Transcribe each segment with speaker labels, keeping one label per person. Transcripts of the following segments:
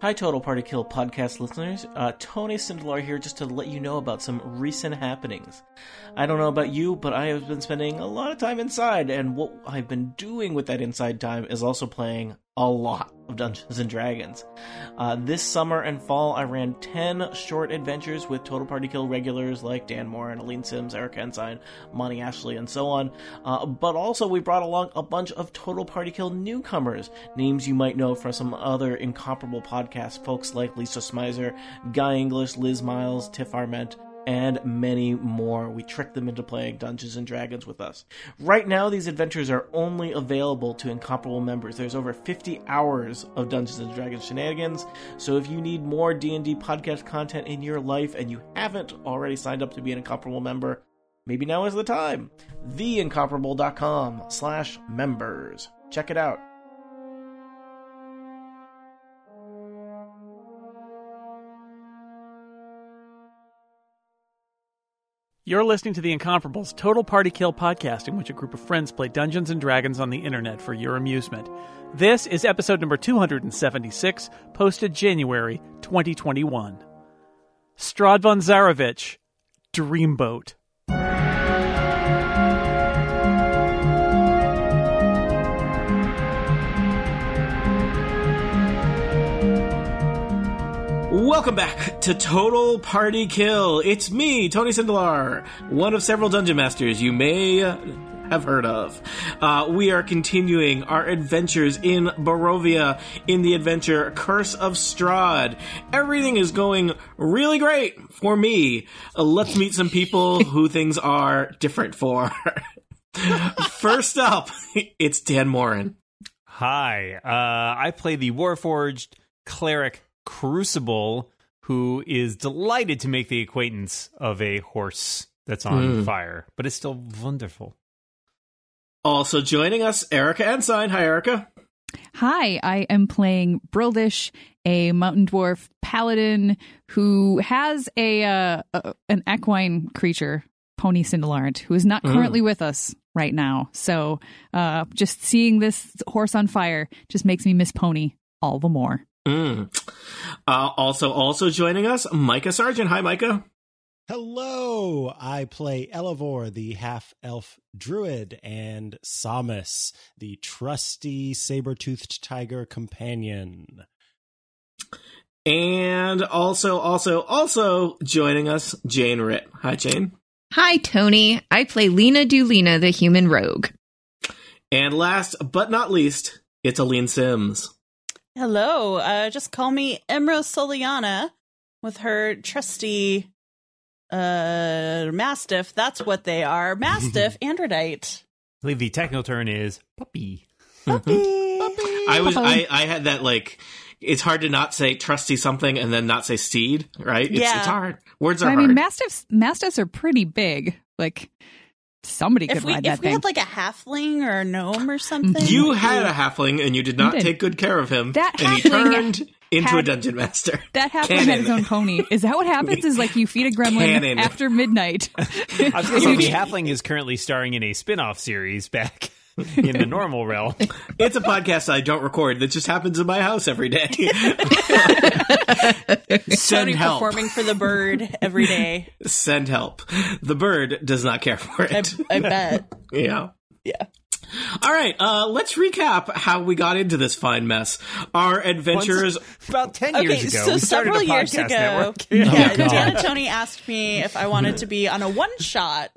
Speaker 1: Hi, Total Party Kill podcast listeners. Uh, Tony Sindelar here just to let you know about some recent happenings. I don't know about you, but I have been spending a lot of time inside, and what I've been doing with that inside time is also playing a lot of Dungeons and Dragons. Uh, this summer and fall, I ran 10 short adventures with Total Party Kill regulars like Dan Moore and Aline Sims, Eric Ensign, Monty Ashley, and so on. Uh, but also, we brought along a bunch of Total Party Kill newcomers, names you might know from some other incomparable podcasts, folks like Lisa Smizer, Guy English, Liz Miles, Tiff Arment, and many more. We tricked them into playing Dungeons and Dragons with us. Right now, these adventures are only available to incomparable members. There's over 50 hours of Dungeons and Dragons shenanigans. So if you need more D&D podcast content in your life and you haven't already signed up to be an incomparable member, maybe now is the time. Theincomparable.com slash members. Check it out.
Speaker 2: You're listening to The Incomparables Total Party Kill podcast, in which a group of friends play Dungeons and Dragons on the internet for your amusement. This is episode number 276, posted January 2021. Strad von Zarevich, Dreamboat.
Speaker 1: Welcome back to Total Party Kill. It's me, Tony Sindelar, one of several dungeon masters you may have heard of. Uh, we are continuing our adventures in Barovia in the adventure Curse of Strahd. Everything is going really great for me. Uh, let's meet some people who things are different for. First up, it's Dan Morin.
Speaker 3: Hi, uh, I play the Warforged cleric Crucible, who is delighted to make the acquaintance of a horse that's on fire, but it's still wonderful.
Speaker 1: Also joining us, Erica Ensign. Hi, Erica.
Speaker 4: Hi, I am playing Brildish, a mountain dwarf paladin who has a, uh, a an equine creature, Pony Cindelarnt, who is not
Speaker 3: Mm.
Speaker 4: currently with us right now. So, uh, just seeing this horse on fire just makes me miss Pony all the more.
Speaker 1: Mm. Uh, also, also joining us, Micah Sargent. Hi, Micah.
Speaker 5: Hello, I play Elevor, the half elf druid, and Samus, the trusty saber toothed tiger companion.
Speaker 1: And also, also, also joining us, Jane Ritt. Hi, Jane.
Speaker 6: Hi, Tony. I play Lena Dulina, the human rogue.
Speaker 1: And last but not least, it's Aline Sims.
Speaker 7: Hello. Uh, just call me Emra Soliana with her trusty uh, mastiff. That's what they are. Mastiff Androdite.
Speaker 3: I believe the technical term is puppy.
Speaker 1: I was, I, I had that like, it's hard to not say trusty something and then not say steed, right? It's,
Speaker 7: Yeah.
Speaker 1: it's hard. Words are
Speaker 4: I
Speaker 1: hard.
Speaker 4: mean, mastiffs mastiffs are pretty big. Like somebody could
Speaker 7: If we
Speaker 4: ride that
Speaker 7: if we
Speaker 4: thing.
Speaker 7: had like a halfling or a gnome or something,
Speaker 1: you had a halfling and you did not
Speaker 4: did.
Speaker 1: take good care of him,
Speaker 4: That
Speaker 1: and he
Speaker 4: halfling
Speaker 1: turned into a
Speaker 4: had-
Speaker 1: dungeon master.
Speaker 4: that happened
Speaker 1: Cannon.
Speaker 4: had his own pony. Is that what happens? Is like you feed a gremlin
Speaker 1: Cannon.
Speaker 4: after midnight.
Speaker 3: I was going to say, the halfling is currently starring in a spin off series back in the normal realm.
Speaker 1: It's a podcast I don't record that just happens in my house every day. Send
Speaker 7: Tony
Speaker 1: help.
Speaker 7: performing for the bird every day.
Speaker 1: Send help. The bird does not care for
Speaker 7: I,
Speaker 1: it.
Speaker 7: I bet.
Speaker 1: yeah.
Speaker 7: Yeah.
Speaker 1: All right. Uh, let's recap how we got into this fine mess. Our adventures.
Speaker 3: About 10
Speaker 7: Okay,
Speaker 3: years ago,
Speaker 7: so
Speaker 3: we started
Speaker 7: several
Speaker 3: a podcast
Speaker 7: years ago,
Speaker 3: network. Oh
Speaker 7: yeah,
Speaker 5: God.
Speaker 7: Dan and Tony asked me if I wanted to be on a one shot.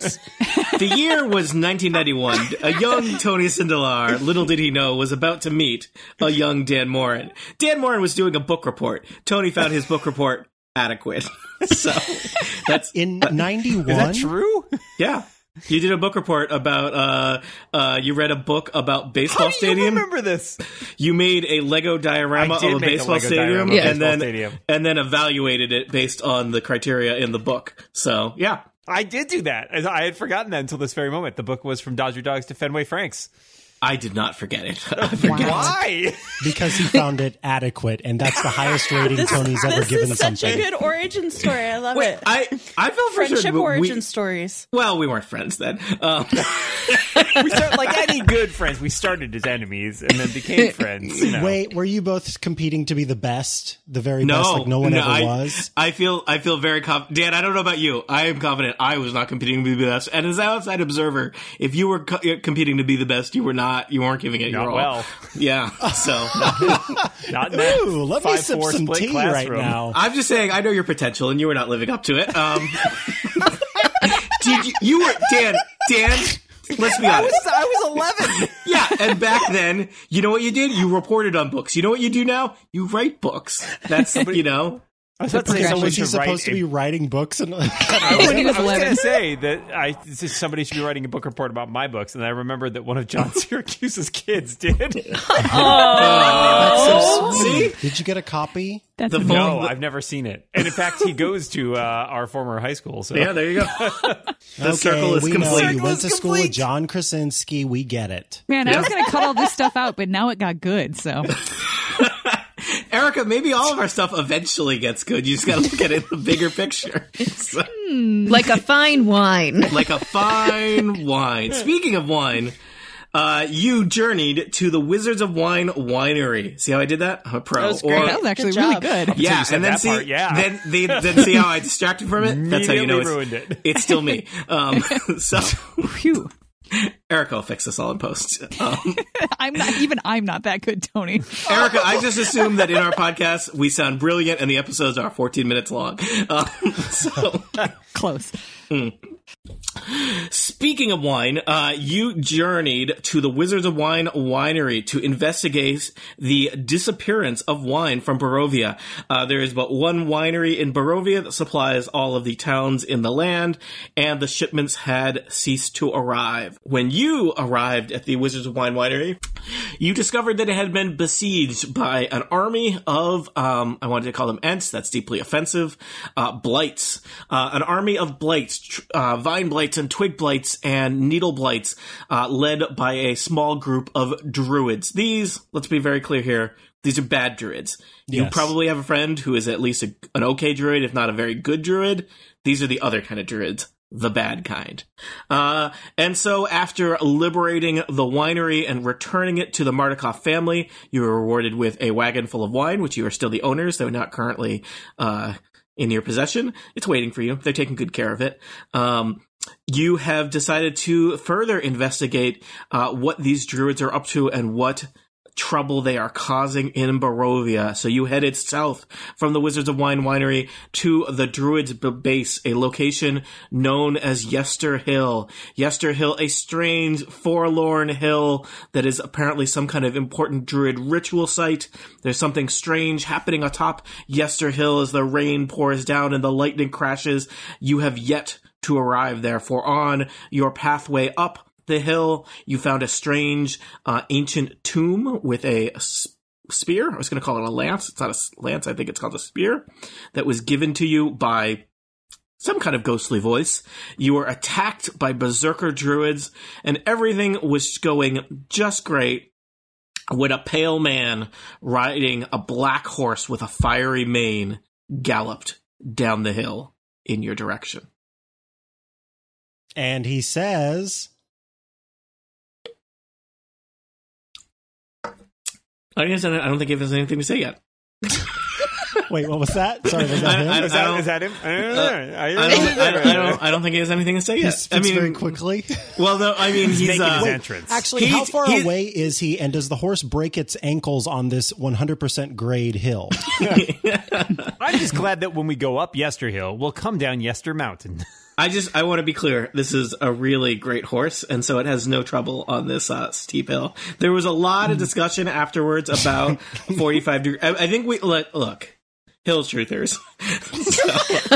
Speaker 1: the year was 1991. A young Tony Sindelar, little did he know, was about to meet a young Dan Morin. Dan Morin was doing a book report. Tony found his book report adequate. So that's
Speaker 5: In 91?
Speaker 3: Is that true?
Speaker 1: Yeah. You did a book report about uh uh you read a book about baseball
Speaker 3: How do you
Speaker 1: stadium.
Speaker 3: remember this?
Speaker 1: You made a Lego diorama
Speaker 3: I did
Speaker 1: of a
Speaker 3: make a
Speaker 1: baseball
Speaker 3: Lego
Speaker 1: stadium
Speaker 3: diorama of a
Speaker 1: and
Speaker 3: baseball
Speaker 1: then
Speaker 3: stadium.
Speaker 1: and then evaluated it based on the criteria in the book. So, yeah.
Speaker 3: I did do that. I I had forgotten that until this very moment. The book was from Dodger Dogs to Fenway Franks.
Speaker 1: I did not forget it. I forgot.
Speaker 3: Why?
Speaker 5: because he found it adequate, and that's the highest rating
Speaker 7: This,
Speaker 5: Tony's ever
Speaker 7: this
Speaker 5: given
Speaker 7: is
Speaker 5: to
Speaker 7: such
Speaker 5: something.
Speaker 7: a good origin story. I love
Speaker 1: Wait,
Speaker 7: it.
Speaker 1: I I felt for
Speaker 7: Friendship
Speaker 1: sure, but
Speaker 7: origin
Speaker 1: We,
Speaker 7: stories.
Speaker 1: well, we weren't friends then. Um,
Speaker 3: we start like any good friends. We started as enemies and then became friends. You know.
Speaker 5: Wait, were you both competing to be the best, the very
Speaker 1: no,
Speaker 5: best, like no one ever
Speaker 1: I,
Speaker 5: was?
Speaker 1: I feel I feel very confident. Dan, I don't know about you. I am confident. I was not competing to be the best. And as an outside observer, if you were co- uh, competing to be the best, you were not. You weren't giving it
Speaker 3: Not
Speaker 1: your all.
Speaker 3: well.
Speaker 1: Yeah. So
Speaker 3: Not in that
Speaker 5: Ooh, let me sip
Speaker 3: 5-4
Speaker 5: some
Speaker 3: split
Speaker 5: tea
Speaker 3: classroom.
Speaker 5: right now.
Speaker 1: I'm just saying, I know your potential, and you were not living up to it. Um, did you? You were Dan. Dan. Let's be honest.
Speaker 3: I was 11.
Speaker 1: Yeah, and back then, you know what you did? You reported on books. You know what you do now? You write books. That's you know.
Speaker 3: I was about to say
Speaker 5: So
Speaker 3: someone
Speaker 5: was he
Speaker 3: should write
Speaker 5: supposed to
Speaker 3: a
Speaker 5: be writing books and
Speaker 3: I was,
Speaker 4: When he was
Speaker 3: I was going
Speaker 4: 11.
Speaker 3: to say that I somebody should be writing a book report about my books, and I remember that one of John Syracuse's kids did.
Speaker 1: Oh, see,
Speaker 5: Did you get a copy?
Speaker 4: That's
Speaker 1: The
Speaker 4: amazing.
Speaker 1: phone-
Speaker 3: No, Oh, I've never seen it. And in fact, he goes to uh, our former high school. So
Speaker 1: yeah, there you go. The
Speaker 5: okay,
Speaker 1: circle is
Speaker 5: we know
Speaker 1: complete.
Speaker 5: you went to school with
Speaker 3: complete.
Speaker 5: John Krasinski. We get it.
Speaker 4: Man, I was going to cut all this stuff out, but now it got good. So
Speaker 1: Erica, maybe all of our stuff eventually gets good. You just got to look at it in the bigger picture. So,
Speaker 6: like a fine wine.
Speaker 1: like a fine wine. Speaking of wine, uh, you journeyed to the Wizards of Wine winery. See how I did that? I'm a pro.
Speaker 7: That was great.
Speaker 4: that was actually
Speaker 7: Good
Speaker 4: really
Speaker 7: job.
Speaker 4: good.
Speaker 1: yeah,
Speaker 3: you said
Speaker 1: and then
Speaker 3: that
Speaker 1: see,
Speaker 3: part, yeah.
Speaker 1: then they, then see how I distracted from it. That's how you know
Speaker 3: Immediately
Speaker 1: it's,
Speaker 3: ruined it.
Speaker 1: it's still me. Um, so
Speaker 4: Phew.
Speaker 1: Erica will fix this all in post. Um,
Speaker 4: I'm not even I'm not that good, Tony.
Speaker 1: Erica, I just assume that in our podcast we sound brilliant and the episodes are 14 minutes long. Um, so
Speaker 4: Close.
Speaker 1: speaking of wine, uh, you journeyed to the Wizards of Wine winery to investigate the disappearance of wine from Barovia. Uh, there is but one winery in Barovia that supplies all of the towns in the land, and the shipments had ceased to arrive. When you arrived at the Wizards of Wine winery, you discovered that it had been besieged by an army of, um, I wanted to call them Ents, that's deeply offensive, uh, Blights. Uh, an army of Blights, tr- uh, Vine Blights and Twig Blights and Needle Blights, uh, led by a small group of Druids. These, let's be very clear here, these are bad Druids. You
Speaker 5: Yes.
Speaker 1: probably have a friend who is at least a, an okay Druid, if not a very good Druid. These are the other kind of Druids. The bad kind. Uh, and so after liberating the winery and returning it to the Mardikoff family, you were rewarded with a wagon full of wine, which you are still the owners, though not currently, uh, in your possession. It's waiting for you. They're taking good care of it. Um, you have decided to further investigate, uh, what these druids are up to and what trouble they are causing in Barovia. So you headed south from the Wizards of Wine Winery to the Druids B- Base, a location known as Yester Hill. Yester Hill, a strange, forlorn hill that is apparently some kind of important Druid ritual site. There's something strange happening atop Yester Hill as the rain pours down and the lightning crashes. You have yet to arrive, therefore, on your pathway up the hill. You found a strange, uh, ancient tomb with a s- spear. I was going to call it a lance. It's not a s- lance. I think it's called a spear that was given to you by some kind of ghostly voice. You were attacked by berserker druids, and everything was going just great when a pale man riding a black horse with a fiery mane galloped down the hill in your direction.
Speaker 5: And he says,
Speaker 1: I guess I don't I don't think he has anything to say yet.
Speaker 5: "Wait, what was that? Sorry, was that him?"
Speaker 1: I-
Speaker 3: Is that,
Speaker 1: don't-
Speaker 3: is that him? I don't
Speaker 1: Uh,
Speaker 3: know. I
Speaker 1: I don't, I,
Speaker 3: don't
Speaker 1: don't,
Speaker 3: know.
Speaker 1: I, don't, I don't think he has anything to say
Speaker 5: he
Speaker 1: yet.
Speaker 5: speaks
Speaker 1: I mean,
Speaker 5: very quickly.
Speaker 1: well, no, I mean,
Speaker 3: He's,
Speaker 1: he's,
Speaker 3: making
Speaker 1: uh,
Speaker 3: his entrance.
Speaker 5: Actually,
Speaker 1: He's-
Speaker 5: how far
Speaker 1: he's-
Speaker 5: away is he? And does the horse break its ankles on this 100% grade hill?
Speaker 3: I'm just glad that when we go up Yester Hill, we'll come down Yester Mountain.
Speaker 1: I just, I want to be clear. This is a really great horse, and so it has no trouble on this uh, steep hill. There was a lot of discussion afterwards about 45 degrees. I, I think we, look, look hill truthers. So-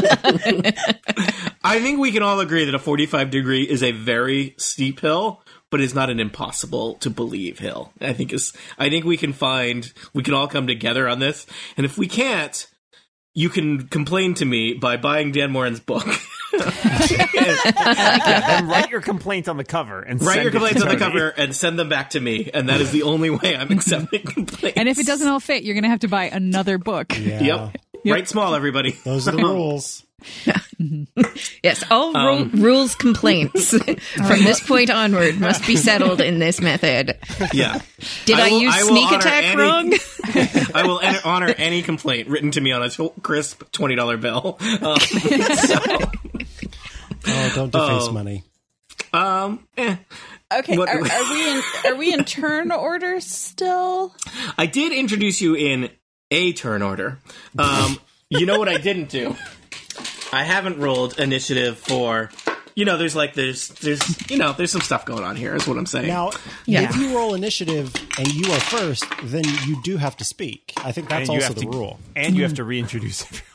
Speaker 1: I think we can all agree that a 45 degree is a very steep hill, but is not an impossible to believe hill. I think is, I think we can find, we can all come together on this. And if we can't, you can complain to me by buying Dan Morin's book.
Speaker 3: and write your complaint on the cover and
Speaker 1: Write
Speaker 3: send
Speaker 1: your
Speaker 3: it to
Speaker 1: complaints on the
Speaker 3: Tony.
Speaker 1: cover and send them back to me, and that is the only way I'm accepting complaints.
Speaker 4: And if it doesn't all fit, you're going to have to buy another book.
Speaker 5: Yeah.
Speaker 1: yep. Write small, everybody.
Speaker 5: Those are the rules.
Speaker 6: Yes, all ru- rules complaints from this point onward must be settled in this method.
Speaker 1: Yeah.
Speaker 6: Did I,
Speaker 1: will-
Speaker 6: use
Speaker 1: will
Speaker 6: sneak
Speaker 1: honor
Speaker 6: attack
Speaker 1: any-
Speaker 6: wrong?
Speaker 1: I will en- honor any complaint written to me on a to- crisp twenty dollar bill. Um,
Speaker 5: Oh, don't deface
Speaker 1: Oh.
Speaker 5: money.
Speaker 1: um, eh.
Speaker 7: Okay,
Speaker 1: What-
Speaker 7: are, are we in are we in turn order still?
Speaker 1: I did introduce you in a turn order. Um, you know what I didn't do? I haven't rolled initiative for. You know, there's like there's there's you know there's some stuff going on here. Is what I'm saying.
Speaker 5: Now,
Speaker 6: Yeah.
Speaker 5: if you roll initiative and you are first, then you do have to speak. I think that's
Speaker 3: And you
Speaker 5: also
Speaker 3: have
Speaker 5: the
Speaker 3: to-
Speaker 5: rule.
Speaker 3: And you have to reintroduce everyone.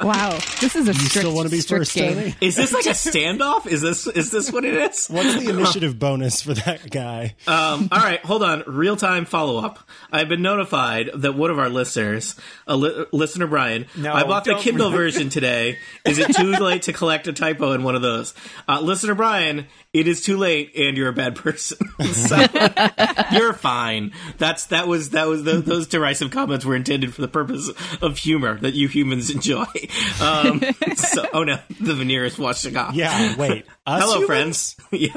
Speaker 4: Wow, this is a
Speaker 5: You
Speaker 4: strict,
Speaker 5: still want to be
Speaker 4: strict
Speaker 5: first,
Speaker 4: game.
Speaker 5: Tony?
Speaker 1: is this like a standoff? Is this is this what it is?
Speaker 5: What's the initiative bonus for that guy?
Speaker 1: Um, all right, hold on. Real time follow up. I've been notified that one of our listeners, a li- listener Brian,
Speaker 3: No,
Speaker 1: I bought the
Speaker 3: don't-
Speaker 1: Kindle version today. Is it too late to collect a typo in one of those? Uh, listener Brian, it is too late, and you're a bad person. so, you're fine. That's that was that was those, those derisive comments were intended for the purpose of humor that you humans enjoy. Um, so, oh no, the veneer is washing off.
Speaker 5: yeah, wait. Us
Speaker 1: Hello,
Speaker 5: humans?
Speaker 1: friends.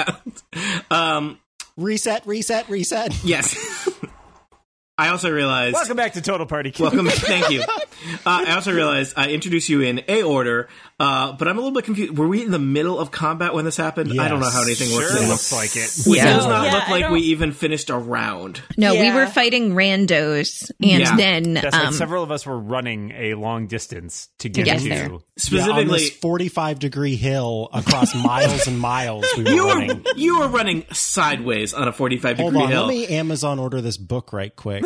Speaker 1: yeah. Um,
Speaker 5: Reset, reset, reset.
Speaker 1: Yes. I also realized.
Speaker 3: Welcome back to Total Party Kill.
Speaker 1: Welcome. Thank you. Uh, I also realized I introduced you in A order, uh, but I'm a little bit confused. Were we in the middle of combat when this happened? I don't know how anything works.
Speaker 3: Sure
Speaker 1: anymore.
Speaker 3: looks like it.
Speaker 1: It
Speaker 6: Yeah.
Speaker 1: does not
Speaker 7: Yeah,
Speaker 1: look
Speaker 7: I
Speaker 1: like we
Speaker 7: don't-
Speaker 1: even finished a round.
Speaker 6: No, we
Speaker 7: Yeah.
Speaker 6: were fighting randos, and
Speaker 1: Yeah.
Speaker 6: then
Speaker 3: That's right.
Speaker 6: um,
Speaker 3: Several of us were running a long distance to get
Speaker 6: get
Speaker 3: to.
Speaker 6: there.
Speaker 5: Yeah, on
Speaker 1: Specifically,
Speaker 5: this 45 degree hill across miles and miles we were
Speaker 1: you
Speaker 5: running.
Speaker 1: were you were running sideways on a 45
Speaker 5: Hold
Speaker 1: degree
Speaker 5: on,
Speaker 1: hill.
Speaker 5: let me Amazon order this book right quick.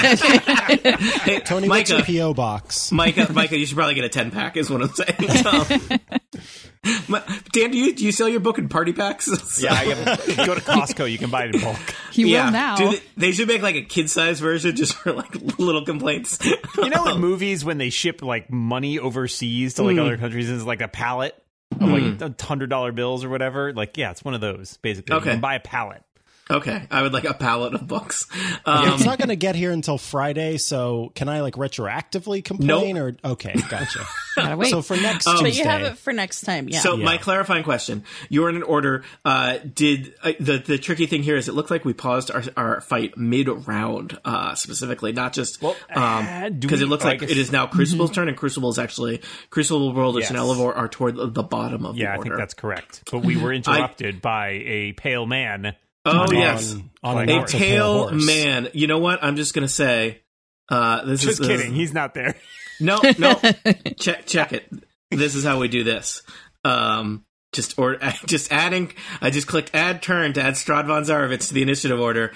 Speaker 1: Hey,
Speaker 5: Tony, what's your
Speaker 1: Micah,
Speaker 5: PO box?
Speaker 1: Micah, Micah, you should probably get a 10 pack. Is what I'm saying. Um, my- Dan, do you do you sell your book in party packs?
Speaker 3: Yeah, I have, go to Costco. You can buy it in bulk.
Speaker 4: He will now.
Speaker 1: Dude, they- they should make like a kid size version just for like little complaints.
Speaker 3: You know, in movies when they ship like money overseas to like
Speaker 1: Mm.
Speaker 3: other countries, it's like a pallet of like hundred dollar bills or whatever. Like, yeah, it's one of those basically.
Speaker 1: Okay.
Speaker 3: You can buy a pallet.
Speaker 1: okay, I would like a pallet of books.
Speaker 5: it's
Speaker 1: Um,
Speaker 5: not going to get here until Friday, so can I like retroactively complain or okay, gotcha.
Speaker 4: Gotta wait.
Speaker 5: So for next
Speaker 7: But you have
Speaker 5: Tuesday,
Speaker 7: it for next time. Yeah.
Speaker 1: so my clarifying question: You're in an order. Uh, did uh, the the tricky thing here is it looked like we paused our, our fight mid round uh, specifically, not just because
Speaker 3: uh, do
Speaker 1: it
Speaker 3: we-
Speaker 1: looks
Speaker 3: I
Speaker 1: like
Speaker 3: guess-
Speaker 1: it is now Crucible's turn, and Crucible is actually Crucible, World,
Speaker 3: Yes.
Speaker 1: and Elevor are toward the- the bottom of
Speaker 3: Yeah,
Speaker 1: the
Speaker 3: I
Speaker 1: order.
Speaker 3: think that's correct. But we were interrupted by a pale man.
Speaker 1: oh
Speaker 3: on-
Speaker 1: yes,
Speaker 5: on
Speaker 3: Like,
Speaker 5: a
Speaker 1: a
Speaker 5: not so pale
Speaker 1: pale
Speaker 5: horse.
Speaker 1: man. You know what? I'm just gonna say. Uh, this is
Speaker 3: Just
Speaker 1: this-
Speaker 3: kidding. He's not there.
Speaker 1: No, no. check check it. This is how we do this. Um just or just adding I just clicked add turn to add Strad von Zarovitz to the initiative order.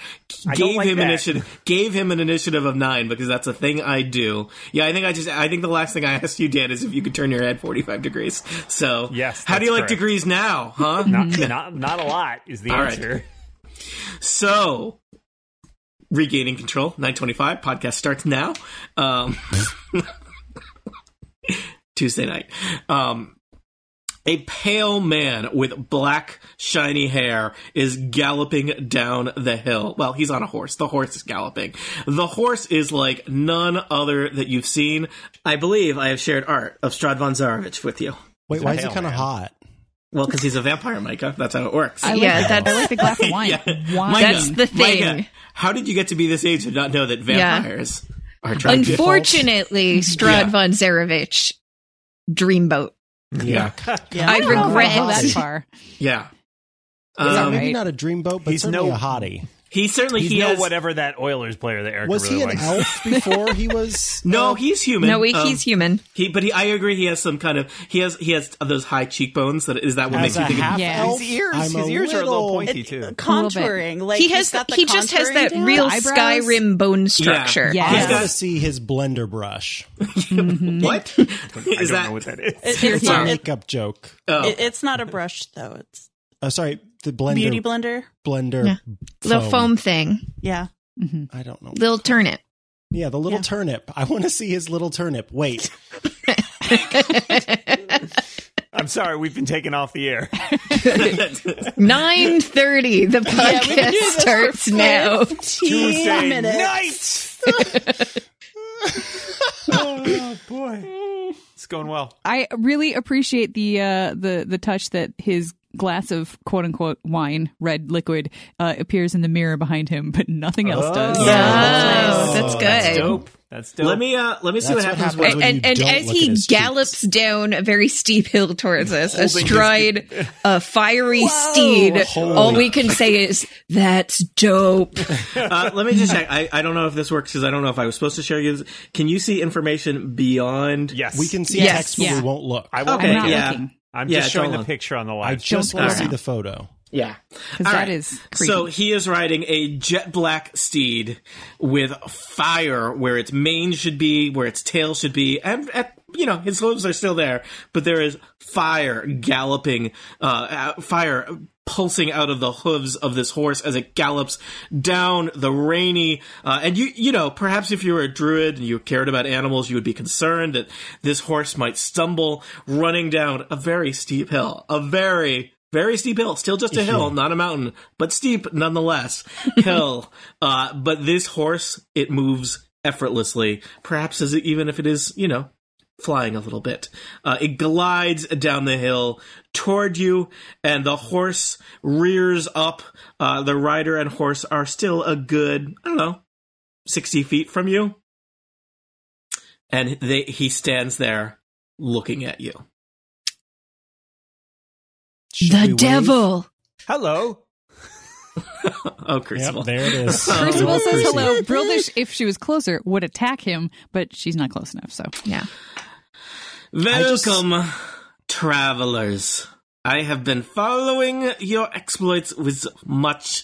Speaker 3: I don't
Speaker 1: Gave
Speaker 3: like
Speaker 1: him
Speaker 3: that.
Speaker 1: initiative gave him an initiative of 9 because that's a thing I do. Yeah, I think I just I think the last thing I asked you Dan is if you could turn your head 45 degrees. So
Speaker 3: Yes,
Speaker 1: How do you
Speaker 3: that's
Speaker 1: like
Speaker 3: correct.
Speaker 1: degrees now, huh?
Speaker 3: Not, not, not a lot is the
Speaker 1: All right.
Speaker 3: answer.
Speaker 1: So, regaining control, 925, podcast starts now. Um, Tuesday night. Um, a pale man with black, shiny hair is galloping down the hill. Well, he's on a horse. The horse is galloping. The horse is like none other that you've seen. I believe I have shared art of Strad von Zarovich with you.
Speaker 5: Wait, why is he
Speaker 3: Pale
Speaker 5: kind of
Speaker 3: man.
Speaker 5: hot?
Speaker 1: Well, because he's a vampire, Micah. That's how it works.
Speaker 4: I like,
Speaker 6: Yeah,
Speaker 4: yeah,
Speaker 6: that's-
Speaker 4: I like the glass of wine. Wine.
Speaker 1: Micah,
Speaker 6: That's the thing.
Speaker 1: Micah, how did you get to be this age and not know that
Speaker 6: Yeah.
Speaker 1: vampires are trying to?
Speaker 6: unfortunately, Strad
Speaker 1: Yeah.
Speaker 6: von Zarevich, dreamboat.
Speaker 5: Yeah,
Speaker 7: yeah.
Speaker 6: I
Speaker 4: I don't know if I'll
Speaker 6: regret.
Speaker 4: go that far.
Speaker 1: Yeah.
Speaker 5: He's
Speaker 1: Um,
Speaker 5: maybe
Speaker 4: right?
Speaker 5: not a dreamboat, but
Speaker 3: He's
Speaker 5: certainly
Speaker 3: no-
Speaker 5: a hottie.
Speaker 1: He certainly
Speaker 3: He's
Speaker 1: he
Speaker 3: no
Speaker 1: has.
Speaker 3: whatever that Oilers player that Eric
Speaker 5: Was
Speaker 3: really
Speaker 5: he an
Speaker 3: likes.
Speaker 5: elf before he was?
Speaker 1: No,
Speaker 5: uh,
Speaker 1: he's human.
Speaker 6: No, he,
Speaker 1: Um,
Speaker 6: he's human.
Speaker 1: He, but he, I agree. He has some kind of. He has. He has those high cheekbones. That is that what
Speaker 5: as
Speaker 1: makes you
Speaker 5: a
Speaker 1: think.
Speaker 5: half
Speaker 4: Yeah.
Speaker 5: elf.
Speaker 3: His ears,
Speaker 5: I'm
Speaker 3: his ears are a little pointy
Speaker 7: It-
Speaker 3: too.
Speaker 7: contouring. Like
Speaker 6: He
Speaker 7: he's
Speaker 6: has.
Speaker 7: got the
Speaker 6: He just has
Speaker 7: contouring
Speaker 6: that
Speaker 7: down.
Speaker 6: real
Speaker 4: The eyebrows?
Speaker 6: Skyrim bone structure.
Speaker 4: Yeah.
Speaker 5: I
Speaker 4: Yes.
Speaker 5: gotta see his blender brush.
Speaker 1: What is
Speaker 3: I don't
Speaker 1: that?
Speaker 3: know what that is.
Speaker 7: It-
Speaker 5: It's
Speaker 7: it's,
Speaker 5: a
Speaker 7: not, it-
Speaker 5: makeup joke.
Speaker 1: oh,
Speaker 7: it- it's not a brush though. It's
Speaker 5: Oh, sorry, the blender
Speaker 7: beauty blender.
Speaker 5: blender
Speaker 6: Yeah.
Speaker 5: foam.
Speaker 6: Little foam thing.
Speaker 7: Yeah.
Speaker 5: I don't know.
Speaker 6: Little turnip.
Speaker 5: Yeah, the little turnip. I want to see his little turnip. Wait,
Speaker 3: I'm sorry, we've been taken off the air.
Speaker 6: Nine thirty. The podcast starts now.
Speaker 3: Tuesday
Speaker 7: Fifteen minutes.
Speaker 3: night. oh boy, it's going well.
Speaker 4: I really appreciate the uh, the the touch that his glass of quote unquote wine, red liquid, uh, appears in the mirror behind him, but nothing else does.
Speaker 3: Oh.
Speaker 6: Oh, that's
Speaker 5: Oh,
Speaker 6: good.
Speaker 5: that's
Speaker 3: Dope. That's dope.
Speaker 1: Let me uh, let me see
Speaker 5: That's
Speaker 1: what
Speaker 5: what
Speaker 1: happens
Speaker 5: happens
Speaker 1: when
Speaker 5: when-
Speaker 6: and
Speaker 5: you
Speaker 6: and
Speaker 5: don't
Speaker 6: as
Speaker 5: look at
Speaker 6: he
Speaker 5: his cheeks.
Speaker 6: gallops down a very steep hill towards us, astride a fiery steed, all we can say is, that's dope.
Speaker 1: uh, let me just check. I, I don't know if this works because I don't know if I was supposed to show you. This. Can you see information beyond?
Speaker 3: Yes,
Speaker 5: we can see
Speaker 6: Yes.
Speaker 5: text, but
Speaker 4: Yeah.
Speaker 5: we won't look.
Speaker 3: I will
Speaker 1: Okay,
Speaker 4: I'm not
Speaker 1: yeah.
Speaker 4: looking
Speaker 3: I'm
Speaker 1: Yeah,
Speaker 3: just showing
Speaker 1: don't
Speaker 3: the
Speaker 1: look.
Speaker 3: picture on the
Speaker 5: I
Speaker 3: live.
Speaker 5: just
Speaker 4: look
Speaker 5: want to see
Speaker 4: around.
Speaker 5: the photo.
Speaker 1: Yeah.
Speaker 4: because
Speaker 1: All
Speaker 4: that
Speaker 1: right.
Speaker 4: is creepy.
Speaker 1: So he is riding a jet black steed with fire where its mane should be, where its tail should be, and at, you know his hooves are still there, but there is fire galloping, uh, out- fire pulsing out of the hooves of this horse as it gallops down the rainy. Uh, and you you know perhaps if you were a druid and you cared about animals, you would be concerned that this horse might stumble running down a very steep hill, a very very steep hill, still just a hill, not a mountain, but steep nonetheless. Hill. Uh, but this horse, it moves effortlessly, perhaps as even if it is, you know, flying a little bit. Uh, it glides down the hill toward you, and the horse rears up. Uh, the rider and horse are still a good, I don't know, 60 feet from you. And they, he stands there looking at you.
Speaker 5: Should we
Speaker 6: the
Speaker 5: wave?
Speaker 6: devil.
Speaker 3: Hello.
Speaker 1: Oh, Crucible.
Speaker 5: Yep, there it is.
Speaker 4: Crucible
Speaker 5: Little
Speaker 4: says
Speaker 5: Crucible.
Speaker 4: hello. Brildish, if she was closer, would attack him, but she's not close enough. So
Speaker 6: Yeah.
Speaker 5: just-
Speaker 1: Welcome, travelers. I have been following your exploits with much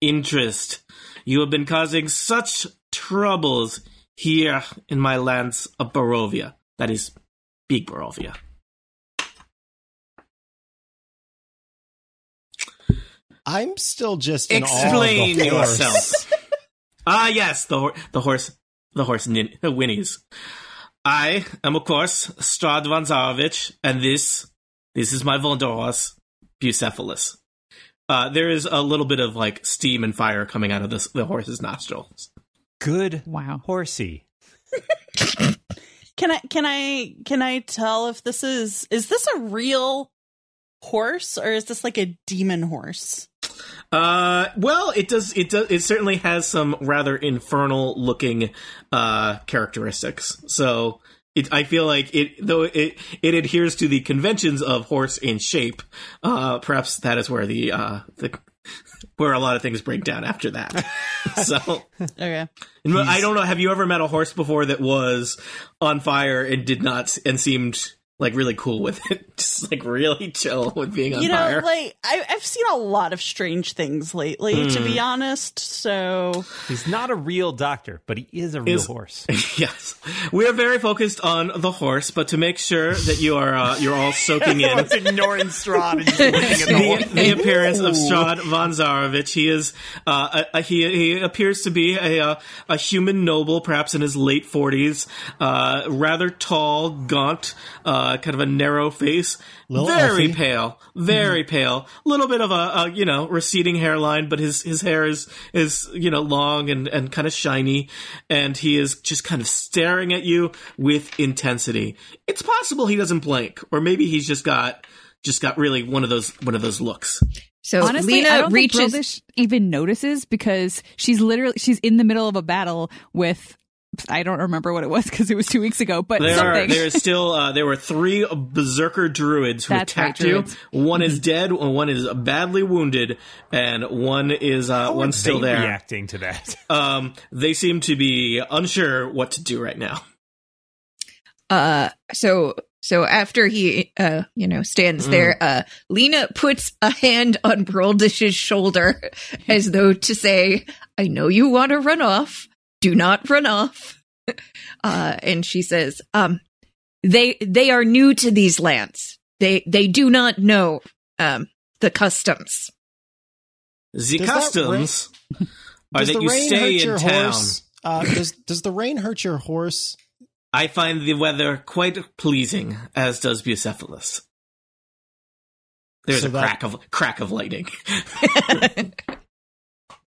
Speaker 1: interest. You have been causing such troubles here in my lands of Barovia. That is big Barovia.
Speaker 5: I'm still just in awe of
Speaker 1: Explain
Speaker 5: the horse.
Speaker 1: yourself. ah, yes, the hor- the horse, the horse nin- whinnies. I am, of course, Strad von Zarovich, and this this is my Vondoros, Bucephalus. Uh, there is a little bit of like steam and fire coming out of this, the horse's nostrils.
Speaker 3: Good
Speaker 4: wow.
Speaker 3: horsey.
Speaker 7: Can I can I can I tell if this is is this a real horse or is this like a demon horse?
Speaker 1: Uh, well, it does. It does. It certainly has some rather infernal looking uh, characteristics. So it, I feel like it, though it it adheres to the conventions of horse in shape. Uh, perhaps that is where the uh, the where a lot of things break down after that. so
Speaker 7: Okay.
Speaker 1: and I don't know. Have you ever met a horse before that was on fire and did not and seemed like really cool with it, just like really chill with being on
Speaker 7: you know,
Speaker 1: fire?
Speaker 7: like I, I've seen a lot of strange things lately, to
Speaker 3: Hmm.
Speaker 7: be honest. So
Speaker 3: He's not a real doctor, but he is a real
Speaker 1: Is-
Speaker 3: horse.
Speaker 1: Yes, we are very focused on the horse, but to make sure that you are uh, you're all soaking in
Speaker 3: Everyone's ignoring Strahd and just looking at the
Speaker 1: the,
Speaker 3: horse.
Speaker 1: the appearance of Strahd von Zarovich. He is uh, a, a- he he appears to be a uh, a human noble, perhaps in his late forties, uh, rather tall, gaunt, uh, kind of a narrow face,
Speaker 5: Little
Speaker 1: very
Speaker 5: Effie.
Speaker 1: pale, very pale, little bit of a, a you know receding hairline, but his his hair is is you know long and and kind of shiny, and he is just kind of staring at you with intensity. It's possible he doesn't blink, or maybe he's just got just got really one of those one of those looks.
Speaker 6: So
Speaker 4: Honestly, I
Speaker 6: Lena
Speaker 4: don't think
Speaker 6: reaches.
Speaker 4: Brildish even notices because she's literally she's in the middle of a battle with I don't remember what it was because it was two weeks ago, but
Speaker 1: There are
Speaker 4: something.
Speaker 1: there is still uh, there were three berserker druids who
Speaker 4: That's right,
Speaker 1: attacked you.
Speaker 4: druids.
Speaker 1: One is dead, one is badly wounded, and one is uh,
Speaker 3: How are
Speaker 1: one's still
Speaker 3: they
Speaker 1: there.
Speaker 3: Reacting to that.
Speaker 1: Um, they seem to be unsure what to do right now.
Speaker 6: Uh, so so after he uh you know
Speaker 1: Mm.
Speaker 6: stands there, uh Lena puts a hand on Broldish's shoulder as though to say, "I know you want to run off. Do not run off." Uh, and she says, "Um, they they are new to these lands. They they do not know um the customs."
Speaker 1: The
Speaker 5: Does that
Speaker 1: customs are
Speaker 5: Does
Speaker 1: that
Speaker 5: the
Speaker 1: you
Speaker 5: rain
Speaker 1: stay
Speaker 5: hurt
Speaker 1: in
Speaker 5: your
Speaker 1: town.
Speaker 5: horse? Uh, does does the rain hurt your horse?
Speaker 1: I find the weather quite pleasing, as does Bucephalus. There's
Speaker 5: So
Speaker 1: a
Speaker 5: that-
Speaker 1: crack of crack of lighting.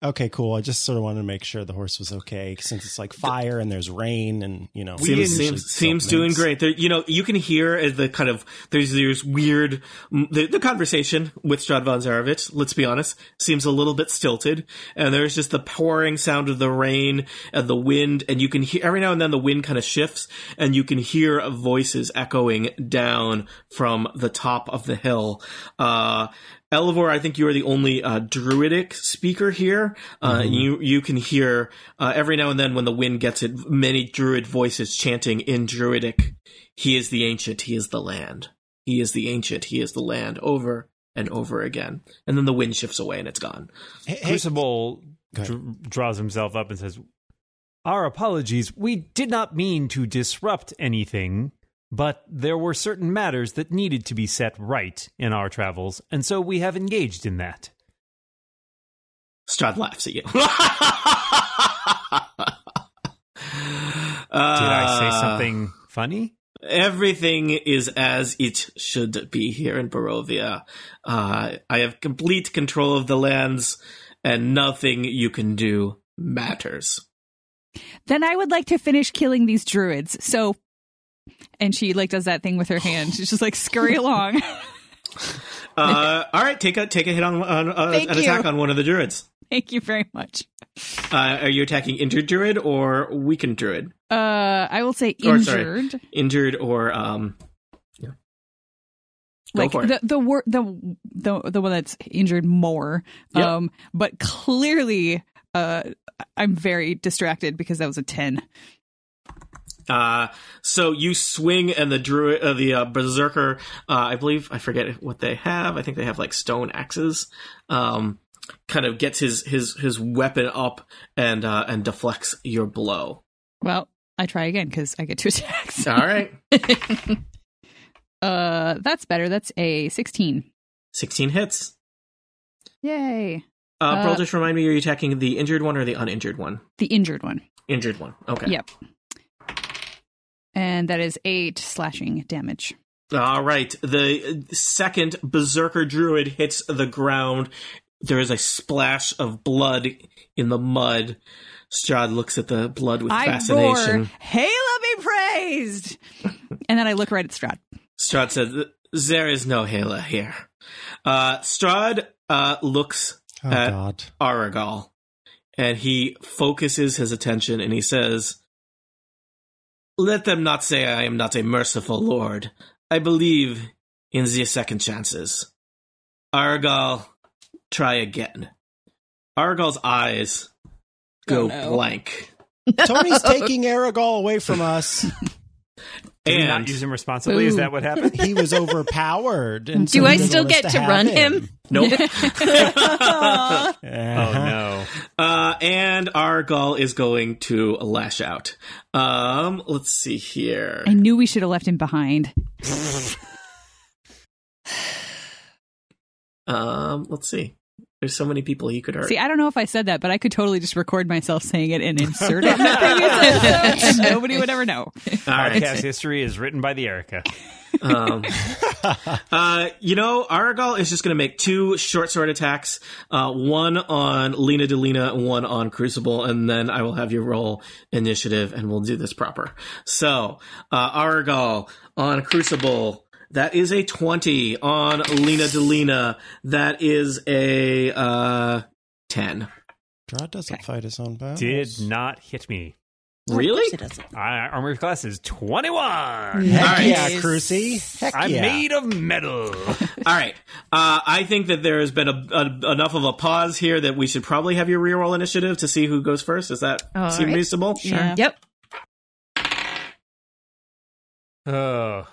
Speaker 5: Okay, cool. I just sort of wanted to make sure the horse was okay since it's like fire and there's rain and you know
Speaker 1: seems
Speaker 5: usually
Speaker 1: seems,
Speaker 5: stuff
Speaker 1: seems doing
Speaker 5: makes-
Speaker 1: great. There, you know, you can hear as the kind of there's there's weird mm, the, the conversation with Stradvan Zarevich. Let's be honest, seems a little bit stilted, and there's just the pouring sound of the rain and the wind, and you can hear every now and then the wind kind of shifts, and you can hear voices echoing down from the top of the hill. Uh, Elevor, I think you are the only uh, druidic speaker here. Uh, You you can hear uh, every now and then when the wind gets it, many druid voices chanting in druidic. He is the ancient. He is the land. He is the ancient. He is the land. Over and over again, and then the wind shifts away and it's gone.
Speaker 5: Hey, hey, oh,
Speaker 3: Crucible
Speaker 5: Go ahead.
Speaker 3: dr- draws himself up and says, Our apologies. We did not mean to disrupt anything, but there were certain matters that needed to be set right in our travels, and so we have engaged in that.
Speaker 1: Strad laughs at you. Did
Speaker 3: Did
Speaker 1: I
Speaker 3: I
Speaker 5: Uh,
Speaker 3: say something funny?
Speaker 1: Uh, Everything is as it should be here in Barovia. Uh, I have complete control of the lands, and nothing you can do matters.
Speaker 4: Then I would like to finish killing these druids. So, and she like does that thing with her hand. She's just like scurry along.
Speaker 1: Uh, all right, take a take a hit on, on uh,
Speaker 4: Thank
Speaker 1: an
Speaker 4: you.
Speaker 1: attack on one of the druids.
Speaker 4: Thank you very much.
Speaker 1: Uh, are you attacking injured druid or weakened druid?
Speaker 4: Uh, I will say
Speaker 1: Or, sorry.
Speaker 4: injured.
Speaker 1: Injured or um, yeah. Go
Speaker 4: like
Speaker 1: for it.
Speaker 4: the the wor- the the the one that's injured more.
Speaker 1: Yep.
Speaker 4: Um, but clearly, uh, I'm very distracted because that was a ten.
Speaker 1: Uh, so you swing, and the druid, uh, the uh, berserker, uh, I believe, I forget what they have. I think they have like stone axes. Um, kind of gets his his his weapon up and uh, and deflects your blow.
Speaker 4: Well, I try again because I get two attacks.
Speaker 1: All right,
Speaker 4: Uh, that's better. That's a sixteen.
Speaker 1: sixteen hits.
Speaker 4: Yay!
Speaker 1: Uh,
Speaker 4: Uh,
Speaker 1: Pearl, just remind me, are you attacking the injured one or the uninjured one?
Speaker 4: The injured one.
Speaker 1: Injured one. Okay.
Speaker 4: Yep. And that is eight slashing damage.
Speaker 1: All right. The second berserker druid hits the ground. There is a splash of blood in the mud. Strahd looks at the blood with
Speaker 4: I
Speaker 1: fascination.
Speaker 4: roar, Hela be praised! and then I look right at Strahd.
Speaker 1: Strahd says, "There is no Hela here." Uh, Strahd uh, looks
Speaker 5: Oh
Speaker 1: Uh,
Speaker 5: God.
Speaker 1: Aragal, and he focuses his attention, and he says, "Let them not say I am not a merciful lord. I believe in the second chances." Aragal, try again. Aragal's eyes go
Speaker 7: Oh, no.
Speaker 1: blank,
Speaker 5: Tony's taking Aragol away from us.
Speaker 3: Did we
Speaker 1: and
Speaker 3: not use him responsibly? Is
Speaker 4: Boo.
Speaker 3: that what happened?
Speaker 5: He was overpowered. And
Speaker 6: Do
Speaker 5: so
Speaker 6: I
Speaker 5: he didn't
Speaker 6: still
Speaker 5: want us
Speaker 6: get to
Speaker 5: have
Speaker 6: run him?
Speaker 1: nope.
Speaker 7: Aw.
Speaker 3: Oh,
Speaker 5: Uh-huh.
Speaker 3: no.
Speaker 1: Uh, and our gull is going to lash out. Um, let's see here.
Speaker 4: I knew we should have left him behind.
Speaker 1: Um, let's see. There's so many people he could hurt.
Speaker 4: See, I don't know if I said that, but I could totally just record myself saying it and insert it in the previous episode, and nobody would ever know.
Speaker 1: All right.
Speaker 3: Podcast history is written by the Erica.
Speaker 1: um, uh, you know, Aragal is just going to make two short sword attacks, uh, one on Lena Delina, one on Crucible, and then I will have you roll initiative, and we'll do this proper. So, uh, Aragal on Crucible. That is a 20 on Lena Delina. That is a uh, 10.
Speaker 5: Strahd doesn't fight his own battles.
Speaker 3: Did not hit me.
Speaker 7: Oh,
Speaker 1: Really?
Speaker 3: I, armor class is 21.
Speaker 5: Heck
Speaker 1: All right.
Speaker 5: yeah, Crucy. Heck
Speaker 3: I'm
Speaker 5: yeah.
Speaker 3: made of metal.
Speaker 1: All right. Uh, I think that there has been a, a, enough of a pause here that we should probably have your reroll initiative to see who goes first. Does that
Speaker 6: All
Speaker 1: seem
Speaker 6: right.
Speaker 1: reasonable?
Speaker 4: Yeah.
Speaker 6: Yep.
Speaker 3: oh.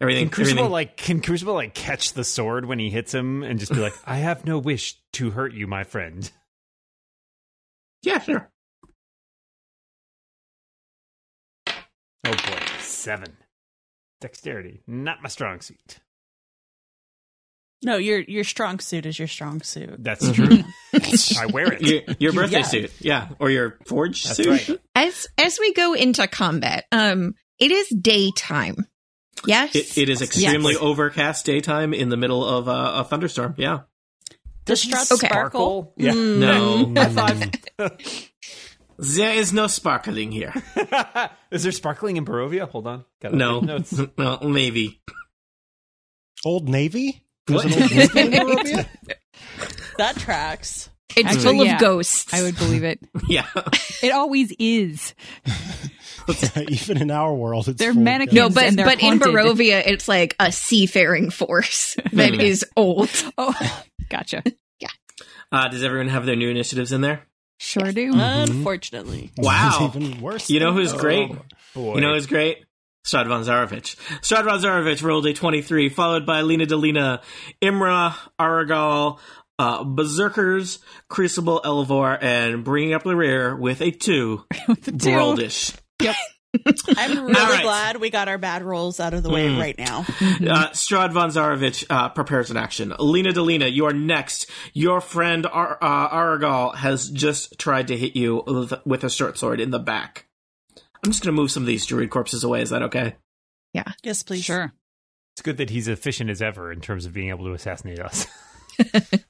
Speaker 1: Everything.
Speaker 3: Can Crucible
Speaker 1: everything.
Speaker 3: like can Crucible like catch the sword when he hits him and just be like, "I have no wish to hurt you, my friend."
Speaker 1: yeah, sure.
Speaker 3: Oh boy, seven dexterity, not my strong suit.
Speaker 7: No, your your strong suit is your strong suit.
Speaker 3: That's true.
Speaker 1: Mm-hmm.
Speaker 3: I wear it.
Speaker 1: Your, your birthday
Speaker 7: Yeah.
Speaker 1: suit, yeah, or your forge
Speaker 3: That's
Speaker 1: suit.
Speaker 3: right.
Speaker 6: As as we go into combat, um, it is daytime. Yes,
Speaker 1: It, it is extremely overcast daytime in the middle of uh, a thunderstorm. Yeah,
Speaker 7: Does Strut
Speaker 6: Okay.
Speaker 7: sparkle? Mm,
Speaker 3: Yeah.
Speaker 1: no, Mm-hmm.
Speaker 3: High five.
Speaker 1: there is no sparkling here.
Speaker 3: Is there sparkling in Barovia? Hold on. Got
Speaker 1: No,
Speaker 3: No, it's
Speaker 1: no, maybe.
Speaker 5: Old Navy?
Speaker 1: What?
Speaker 7: That tracks.
Speaker 6: It's
Speaker 4: Actually,
Speaker 6: full
Speaker 4: yeah.
Speaker 6: of ghosts.
Speaker 4: I would believe it.
Speaker 1: yeah,
Speaker 4: It always is.
Speaker 5: Even in our world, it's
Speaker 4: They're
Speaker 5: full of
Speaker 4: mannequins.
Speaker 5: guns.
Speaker 6: no, but
Speaker 4: and they're
Speaker 6: but
Speaker 4: haunted.
Speaker 6: in Barovia, it's like a seafaring force that
Speaker 1: Hmm.
Speaker 6: is old.
Speaker 4: Oh, gotcha.
Speaker 1: uh, does everyone have their new initiatives in there?
Speaker 4: Sure do.
Speaker 7: Unfortunately.
Speaker 1: Wow.
Speaker 5: It's even worse.
Speaker 1: You know
Speaker 5: than
Speaker 1: who's
Speaker 5: that.
Speaker 1: great?
Speaker 3: boy.
Speaker 1: You know who's great? Stradvan Zarovich. Stradvan Zarovich rolled a 23, followed by Lena Delina, Imra, Aragal, uh, Berserkers, Crucible, Elvor, and bringing up the rear with a 2,
Speaker 4: Two.
Speaker 1: Broldish.
Speaker 7: I'm really
Speaker 1: All right.
Speaker 7: glad we got our bad rolls out of the way right now.
Speaker 1: Uh, Strad von Zarovich uh, prepares an action. Lena Delina, you are next. Your friend Ar- uh, Aragal has just tried to hit you with, with a short sword in the back. I'm just going to move some of these druid corpses away. Is that okay?
Speaker 7: Yes, please.
Speaker 4: Sure.
Speaker 3: it's good that he's efficient as ever in terms of being able to assassinate us.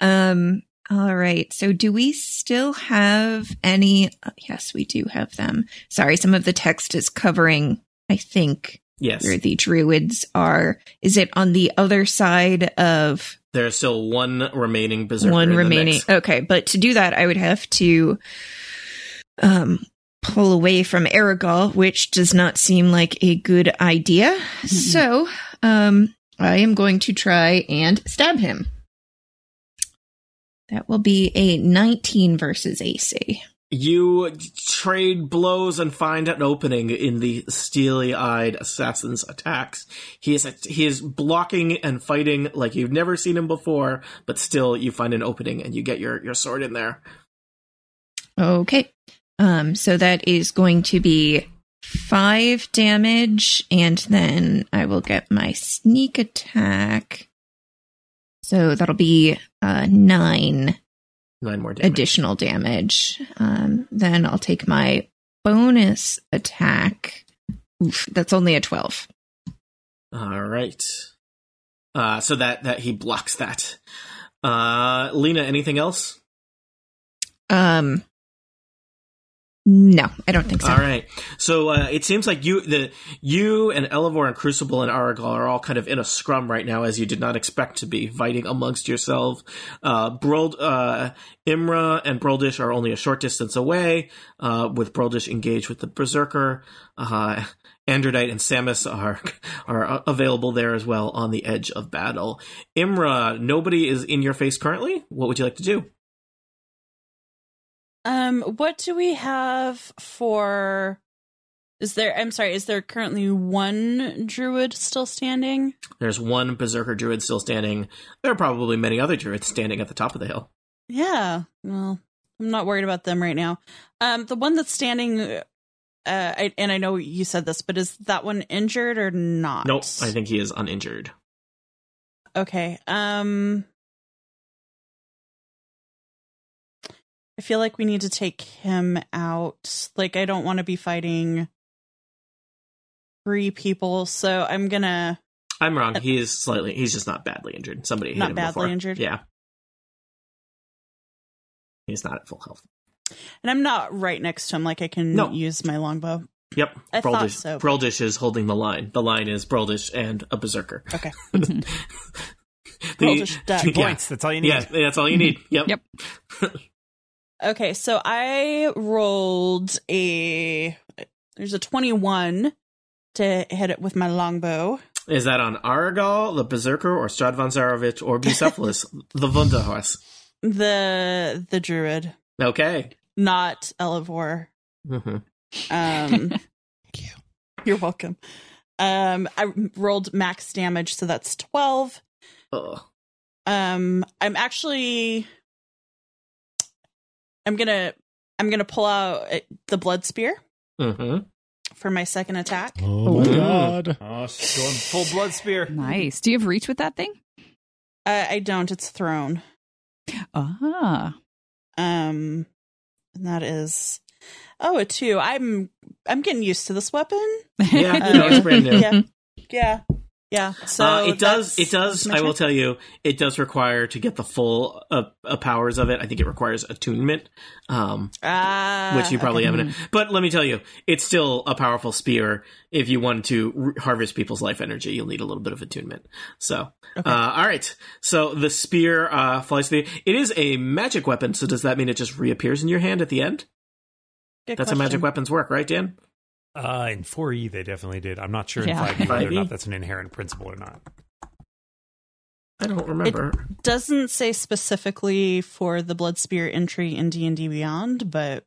Speaker 6: Um. All right. So, do we still have any? uh, yes, we do have them. Sorry, some of the text is covering. I think
Speaker 1: Yes.
Speaker 6: where the druids are. Is it on the other side of
Speaker 1: There's still one remaining berserker. in
Speaker 6: one
Speaker 1: the
Speaker 6: remaining?
Speaker 1: mix.
Speaker 6: Okay, but to do that, I would have to um pull away from Aragal, which does not seem like a good idea. so, um, I am going to try and stab him. That will be a 19 versus AC.
Speaker 1: You trade blows and find an opening in the steely-eyed assassin's attacks. He is he is blocking and fighting like you've never seen him before, but still you find an opening and you get your your sword in there.
Speaker 6: Okay. Um, so that is going to be five damage, and then I will get my sneak attack. So that'll be uh, nine
Speaker 1: Nine more damage.
Speaker 6: additional damage. Um, then I'll take my bonus attack. Oof, that's only a 12.
Speaker 1: All right. Uh, so that that he blocks that. Uh, Lena, anything else?
Speaker 6: Um, no, I don't think so.
Speaker 1: All right. So uh, it seems like you, the you and Elevor and Crucible and Aragal are all kind of in a scrum right now, as you did not expect to be, fighting amongst yourself. Uh, Brold, uh, Imra and Broldish are only a short distance away, uh, with Broldish engaged with the Berserker. Uh, Androdite and Samus are are uh, available there as well on the edge of battle. Imra, nobody is in your face currently. What would you like to do?
Speaker 7: Um, what do we have for? Is there? I'm sorry. Is there currently one druid still standing?
Speaker 1: There's one Berserker Druid still standing. There are probably many other druids standing at the top of the hill.
Speaker 7: Yeah. Well, I'm not worried about them right now. Um, the one that's standing, uh, I, and I know you said this, but is that one injured or not?
Speaker 1: Nope, I think he is uninjured.
Speaker 7: Okay. Um, I feel like we need to take him out. Like, I don't want to be fighting three people, so I'm gonna.
Speaker 1: I'm wrong. He is slightly. He's just not badly injured. Somebody hit
Speaker 7: Not
Speaker 1: him
Speaker 7: badly
Speaker 1: before.
Speaker 7: injured?
Speaker 1: Yeah, he's not at full health.
Speaker 7: And I'm not right next to him. Like I can
Speaker 1: No.
Speaker 7: use my longbow.
Speaker 1: Yep.
Speaker 7: I thought
Speaker 1: Broldish,
Speaker 7: so.
Speaker 1: Broldish is holding the line. The line is Broldish and a berserker.
Speaker 7: Okay.
Speaker 1: The-
Speaker 7: Broldish died.
Speaker 3: Two
Speaker 1: Yeah.
Speaker 3: points. That's all you need.
Speaker 1: Yeah, that's all you need. Yep.
Speaker 4: Yep.
Speaker 7: Okay, so I rolled a. There's a 21 to hit it with my longbow.
Speaker 1: Is that on Aragal, the berserker, or Stradvan Zarovich, or Bucephalus, the Wunderhorse?
Speaker 7: The the druid,
Speaker 1: Okay.
Speaker 7: not Elevor.
Speaker 1: hmm
Speaker 7: Um, You're welcome. Um, I rolled max damage, so that's 12.
Speaker 1: Oh.
Speaker 7: Um, I'm actually, I'm gonna, I'm gonna pull out uh, the blood spear
Speaker 1: hmm
Speaker 7: for my second attack.
Speaker 5: Oh my
Speaker 1: Ooh.
Speaker 5: god.
Speaker 3: Oh, she's going full blood spear.
Speaker 4: Nice. Do you have reach with that thing?
Speaker 7: Uh, I, I don't. It's Throne.
Speaker 4: Ah.
Speaker 7: Um, and that is oh a two. I'm I'm getting used to this weapon. Um,
Speaker 1: Yeah, no, it's brand new.
Speaker 7: Yeah, yeah, yeah. So
Speaker 1: uh, it does.
Speaker 7: that's-
Speaker 1: It does.
Speaker 7: that's my
Speaker 1: I will
Speaker 7: turn.
Speaker 1: tell you, it does require to get the full uh, uh, powers of it. I think it requires attunement, um,
Speaker 7: Ah,
Speaker 1: which you probably
Speaker 4: okay.
Speaker 1: haven't. But let me tell you, it's still a powerful spear. If you want to r- harvest people's life energy, you'll need a little bit of attunement. So, uh, all right. So the spear uh, flies through. the- It is a magic weapon. So does that mean it just reappears in your hand at the end?
Speaker 7: Good
Speaker 1: That's
Speaker 7: question.
Speaker 1: how magic weapons work, right, Dan?
Speaker 3: Uh, in 4E, they definitely did. I'm not sure
Speaker 4: Yeah.
Speaker 3: in 5E whether or
Speaker 1: 5E?
Speaker 3: not that's an inherent principle or not.
Speaker 1: I don't remember.
Speaker 7: Doesn't say specifically for the blood spear entry in D and D Beyond, but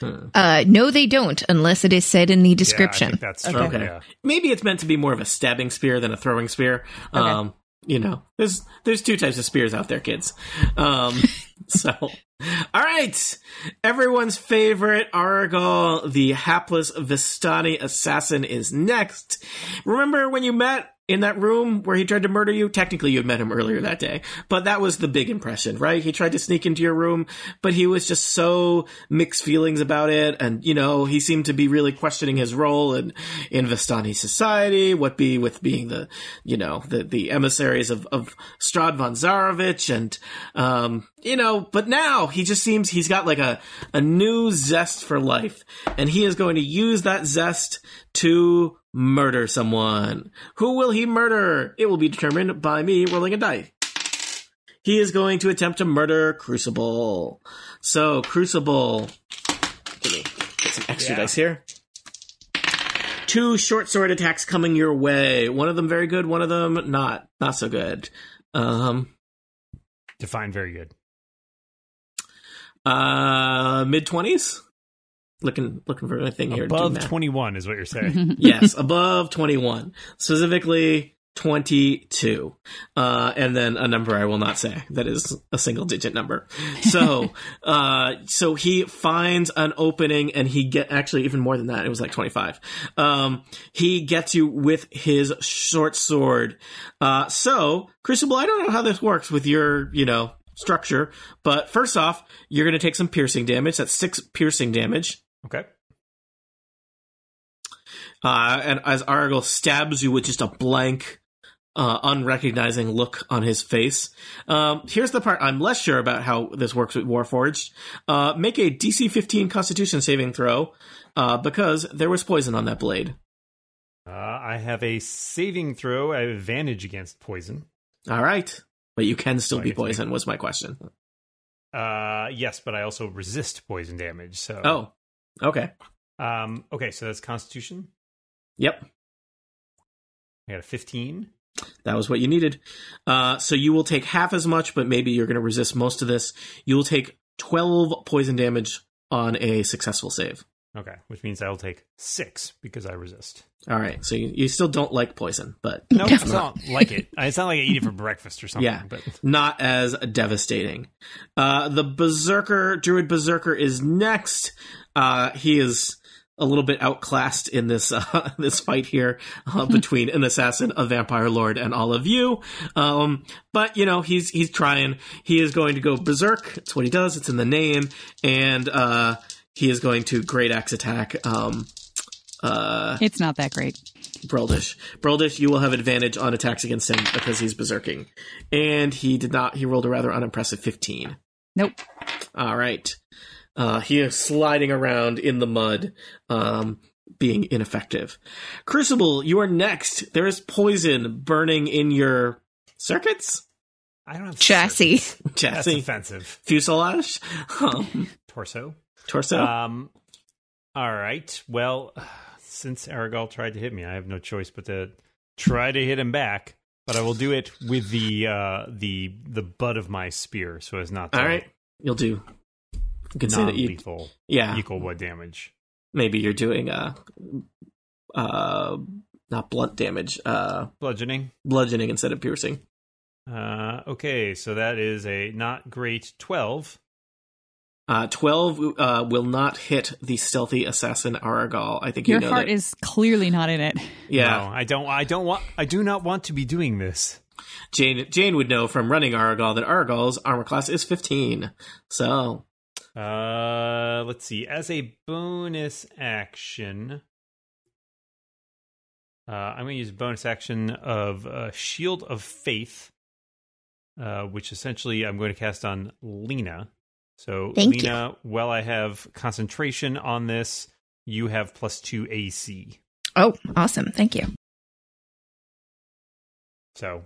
Speaker 1: Hmm.
Speaker 6: Uh, no, they don't, unless it is said in the
Speaker 3: Yeah, I
Speaker 6: description.
Speaker 3: think that's
Speaker 7: Okay.
Speaker 3: true.
Speaker 1: Okay.
Speaker 3: Yeah.
Speaker 1: maybe it's meant to be more of a stabbing spear than a throwing spear. Um, you know, there's there's two types of spears out there, kids. Um, so, all right, everyone's favorite Argal, the hapless Vistani assassin, is next. Remember when you met? In that room where he tried to murder you, technically you had met him earlier that day, but that was the big impression, right? He tried to sneak into your room, but he was just so mixed feelings about it. And, you know, he seemed to be really questioning his role in, in Vistani society, what be with being the, you know, the, the emissaries of, of Strad von Zarovich. And, um, you know, but now he just seems he's got like a, a new zest for life. And he is going to use that zest to murder someone. Who will he murder? It will be determined by me rolling a die he is going to attempt to murder Crucible. So Crucible, give me get some extra dice here. Two short sword attacks coming your way. One of them very good. One of them not not so good. Um,
Speaker 3: Defined very good.
Speaker 1: uh, mid twenties. Looking looking for anything here. to do
Speaker 3: Above
Speaker 1: math. Mm-hmm.
Speaker 3: 21 is what you're saying.
Speaker 1: yes, above 21, specifically 22. Uh, and then a number I will not say. That is a single digit number. So, uh, so he finds an opening and he get actually even more than that. It was like 25. Um, he gets you with his short sword. Uh, so Crucible, I don't know how this works with your, you know, structure, but first off, you're going to take some piercing damage. That's six piercing damage.
Speaker 3: Okay.
Speaker 1: Uh, and as Argyle stabs you with just a blank, uh, unrecognizing look on his face. Um, here's the part I'm less sure about how this works with Warforged. Uh, make a DC 15 Constitution saving throw uh, because there was poison on that blade.
Speaker 3: Uh, I have a saving throw I have advantage against poison.
Speaker 1: All right. But you can still
Speaker 3: So I
Speaker 1: be
Speaker 3: get to make-
Speaker 1: poisoned, was my question.
Speaker 3: Uh, yes, but I also resist poison damage. So
Speaker 1: Oh, okay.
Speaker 3: um, okay. So that's Constitution.
Speaker 1: Oh. Yep.
Speaker 3: I got a 15.
Speaker 1: That was what you needed. Uh, so you will take half as much, but maybe you're going to resist most of this. You will take 12 poison damage on a successful save.
Speaker 3: Okay, which means I will take six because I resist.
Speaker 1: All right, so you, you still don't like poison, but
Speaker 3: No, it's not like it. It's not like I eat it for breakfast or something.
Speaker 1: Yeah.
Speaker 3: but
Speaker 1: not as devastating. Uh, the berserker, druid berserker, is next. Uh, he is a little bit outclassed in this uh, this fight here uh, between an assassin, a vampire lord, and all of you. Um, but you know he's he's trying. He is going to go berserk. It's what he does. It's in the name, and uh, he is going to great axe attack. Um, uh,
Speaker 4: It's not that great.
Speaker 1: Broldish. Broldish, you will have advantage on attacks against him because he's berserking. And he did not, he rolled a rather unimpressive 15.
Speaker 4: Nope.
Speaker 1: All right. Uh, he is sliding around in the mud, um, being ineffective. Crucible, you are next. There is poison burning in your circuits?
Speaker 3: I don't have
Speaker 6: Chassis.
Speaker 3: circuits. That's
Speaker 1: Chassis?
Speaker 3: offensive.
Speaker 1: Fuselage? Um,
Speaker 3: Torso.
Speaker 1: torso?
Speaker 3: Um. All right. Well, since Aragal tried to hit me, I have no choice but to try to hit him back. But I will do it with the uh, the the butt of my spear, so as not to
Speaker 1: All right. You'll do. You can say that you,
Speaker 3: non-lethal
Speaker 1: yeah,
Speaker 3: equal what damage.
Speaker 1: maybe you're doing, uh, uh, not blunt damage, uh,
Speaker 3: Bludgeoning.
Speaker 1: bludgeoning instead of piercing.
Speaker 3: Uh, okay, so that is a not great twelve.
Speaker 1: Uh, 12 uh, will not hit the stealthy assassin Aragal. I think
Speaker 4: Your
Speaker 1: you know
Speaker 4: heart
Speaker 1: that.
Speaker 4: is clearly not in it.
Speaker 1: yeah.
Speaker 3: No, I don't. I don't want. I do not want to be doing this.
Speaker 1: Jane Jane would know from running Argal that Argal's armor class is 15. So
Speaker 3: Uh, let's see. As a bonus action, uh, I'm going to use a bonus action of uh, Shield of Faith, uh, which essentially I'm going to cast on Lena. So,
Speaker 6: Thank
Speaker 3: Lena, while I have concentration on this, you have plus two AC.
Speaker 6: Oh, awesome. Thank you.
Speaker 3: So,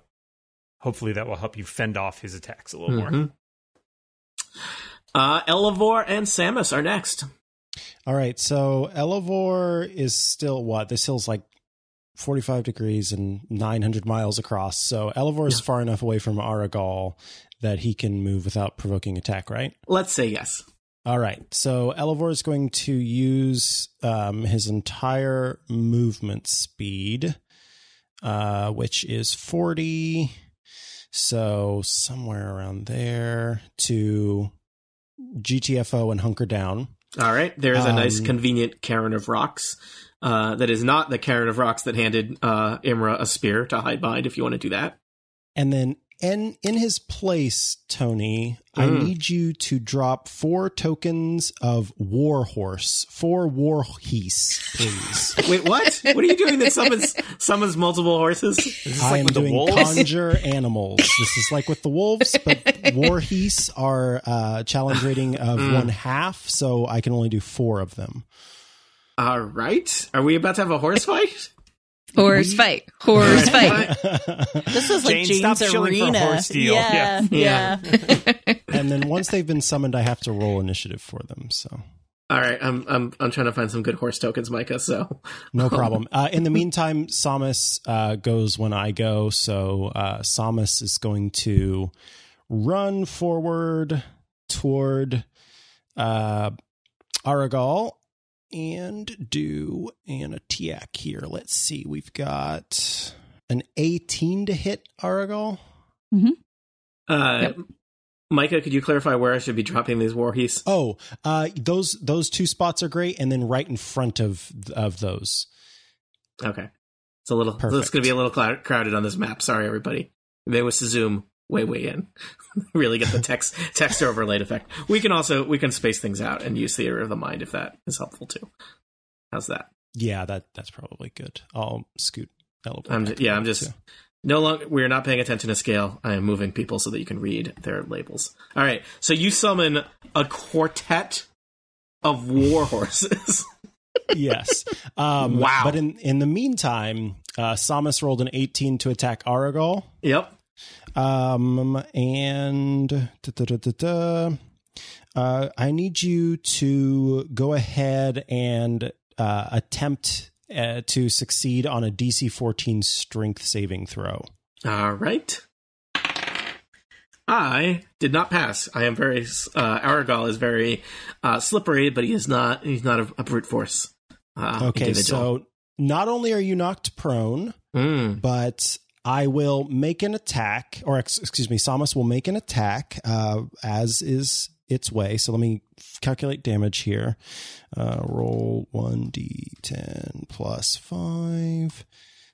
Speaker 3: hopefully, that will help you fend off his attacks a little more.
Speaker 5: Mm-hmm.
Speaker 1: mhm. uh Elevor and Samus are next.
Speaker 5: All right, so Elevor is still what? This hill's like 45 degrees and 900 miles across. So Elevor is far enough away from Aragal that he can move without provoking attack, right?
Speaker 1: Let's say yes.
Speaker 5: All right. So Elevor is going to use um, his entire movement speed, uh, which is 40. So somewhere around there to GTFO and hunker down.
Speaker 1: All right. There is a nice,
Speaker 5: Um,
Speaker 1: convenient cairn of rocks. Uh, that is not the cairn of rocks that handed uh, Imra a spear to hide behind. If you want to do that,
Speaker 5: And then in, in his place, Tony, I
Speaker 3: Hmm.
Speaker 1: Mm.
Speaker 5: need you to drop four tokens of Warhorse, four Warheese, please.
Speaker 1: wait, what? what are you doing? That summons summons multiple horses.
Speaker 3: Is this
Speaker 5: I
Speaker 3: like
Speaker 5: am
Speaker 3: with the
Speaker 5: doing
Speaker 3: wolves?
Speaker 5: conjure animals. This is like with the wolves, but warhees are uh, challenge rating of
Speaker 3: Hmm.
Speaker 1: Mm.
Speaker 5: one half, so I can only do four of them.
Speaker 1: All right. Are we about to have a horse fight?
Speaker 6: Horrors fight. Horrors fight.
Speaker 7: This is like
Speaker 3: Jane, stop
Speaker 7: Jane's
Speaker 3: shilling for
Speaker 7: arena.
Speaker 3: horse deal.
Speaker 7: Yeah, yeah.
Speaker 5: and then once they've been summoned, I have to roll initiative for them. So
Speaker 1: All right. I'm I'm I'm trying to find some good horse tokens, Micah. So
Speaker 5: no problem. Uh, in the meantime, Samus uh, goes when I go. So uh, Samus is going to run forward toward uh, Aragal and do an attack here. Let's see. We've got an 18 to hit Aragal.
Speaker 1: uh,
Speaker 6: Yep.
Speaker 1: Micah, could you clarify where I should be dropping these warhees?
Speaker 5: Oh, uh, those those two spots are great, and then right in front of of those.
Speaker 1: Okay. It's a little. It's
Speaker 5: Perfect.
Speaker 1: going to be a little clou- crowded on this map. Sorry, everybody. They was to zoom way way in. really get the text text overlaid effect. We can also we can space things out and use theater of the mind if that is helpful too. How's that?
Speaker 5: Yeah, that that's probably good. I'll scoot. Elevore
Speaker 1: I'm
Speaker 5: back
Speaker 1: ju- yeah,
Speaker 5: a
Speaker 1: I'm
Speaker 5: bit,
Speaker 1: just-
Speaker 5: too.
Speaker 1: No longer we are not paying attention to scale. I am moving people so that you can read their labels. All right. So you summon a quartet of war horses.
Speaker 5: yes. Um,
Speaker 1: Wow.
Speaker 5: But in in the meantime, uh, Samus rolled an 18 to attack Aragal.
Speaker 1: yep.
Speaker 5: Um, and da, da, da, da, da. Uh, I need you to go ahead and uh, attempt uh, to succeed on a DC 14 strength saving throw.
Speaker 1: All right. I did not pass. I am very. Uh, Aragal is very uh, slippery, but he is not. He's not a, a brute force. Uh,
Speaker 5: Okay,
Speaker 1: individual.
Speaker 5: so not only are you knocked prone,
Speaker 1: Mm,
Speaker 5: but I will make an attack, or ex- excuse me, Samus will make an attack uh, as is its way. So let me calculate damage here. Uh, roll 1d10 plus 5.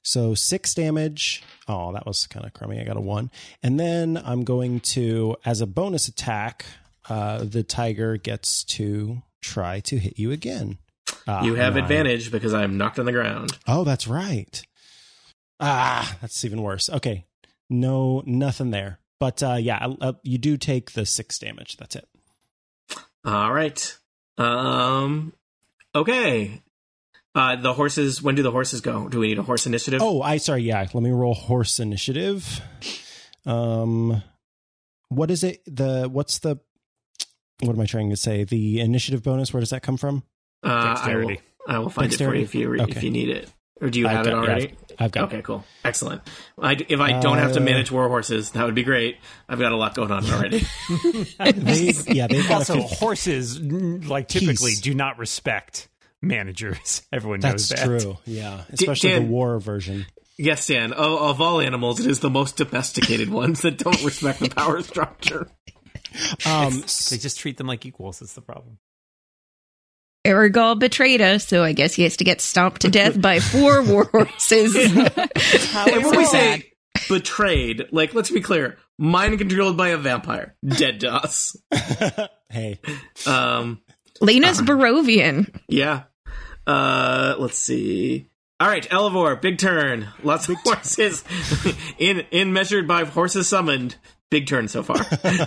Speaker 5: So 6 damage. Oh, that was kind of crummy. I got a 1. And then I'm going to, as a bonus attack, uh, the tiger gets to try to hit you again. Uh,
Speaker 1: you have
Speaker 5: and I-
Speaker 1: advantage because I am knocked on the ground.
Speaker 5: Oh, that's right. Ah, that's even worse. Okay. No, nothing there. But uh, yeah, uh, you do take the six damage. That's it.
Speaker 1: All right. Um. Okay. Uh, the horses. When do the horses go? Do we need a horse initiative?
Speaker 5: Oh, I sorry. Yeah, let me roll horse initiative. Um, what is it? The what's the what am I trying to say? The initiative bonus. Where does that come from?
Speaker 1: uh, I will.
Speaker 3: Dexterity.
Speaker 1: I will find
Speaker 5: Dexterity?
Speaker 1: it for you if you if
Speaker 5: Okay.
Speaker 1: you need it, or do you have
Speaker 5: I've
Speaker 1: it
Speaker 5: got- yeah,
Speaker 1: already?
Speaker 5: I've got.
Speaker 1: Okay, cool. Excellent. I, if I don't have to
Speaker 5: Uh,
Speaker 1: manage war horses, that would be great. I've got a lot going on already.
Speaker 5: They, yeah, they've got
Speaker 3: also
Speaker 5: a fif-
Speaker 3: horses n- like typically
Speaker 5: Peace.
Speaker 3: do not respect managers everyone
Speaker 5: That's
Speaker 3: knows that
Speaker 5: true. Yeah, especially
Speaker 1: Dan-
Speaker 5: the war version.
Speaker 1: yes, Dan. Of, of all animals, it is the most domesticated ones that don't respect the power structure.
Speaker 5: Um,
Speaker 3: they just treat them like equals that's the problem
Speaker 6: Aragol betrayed us, so I guess he has to get stomped to death by four war horses.
Speaker 7: How
Speaker 1: And
Speaker 7: is
Speaker 1: when we
Speaker 7: that?
Speaker 1: say betrayed. Like, let's be clear, mind controlled by a vampire, dead to us.
Speaker 5: hey,
Speaker 1: Um,
Speaker 6: Lena's Barovian.
Speaker 1: yeah. Uh, let's see. All right, Elevor, big turn. Lots of horses in in measured by horses summoned. Big turn so far.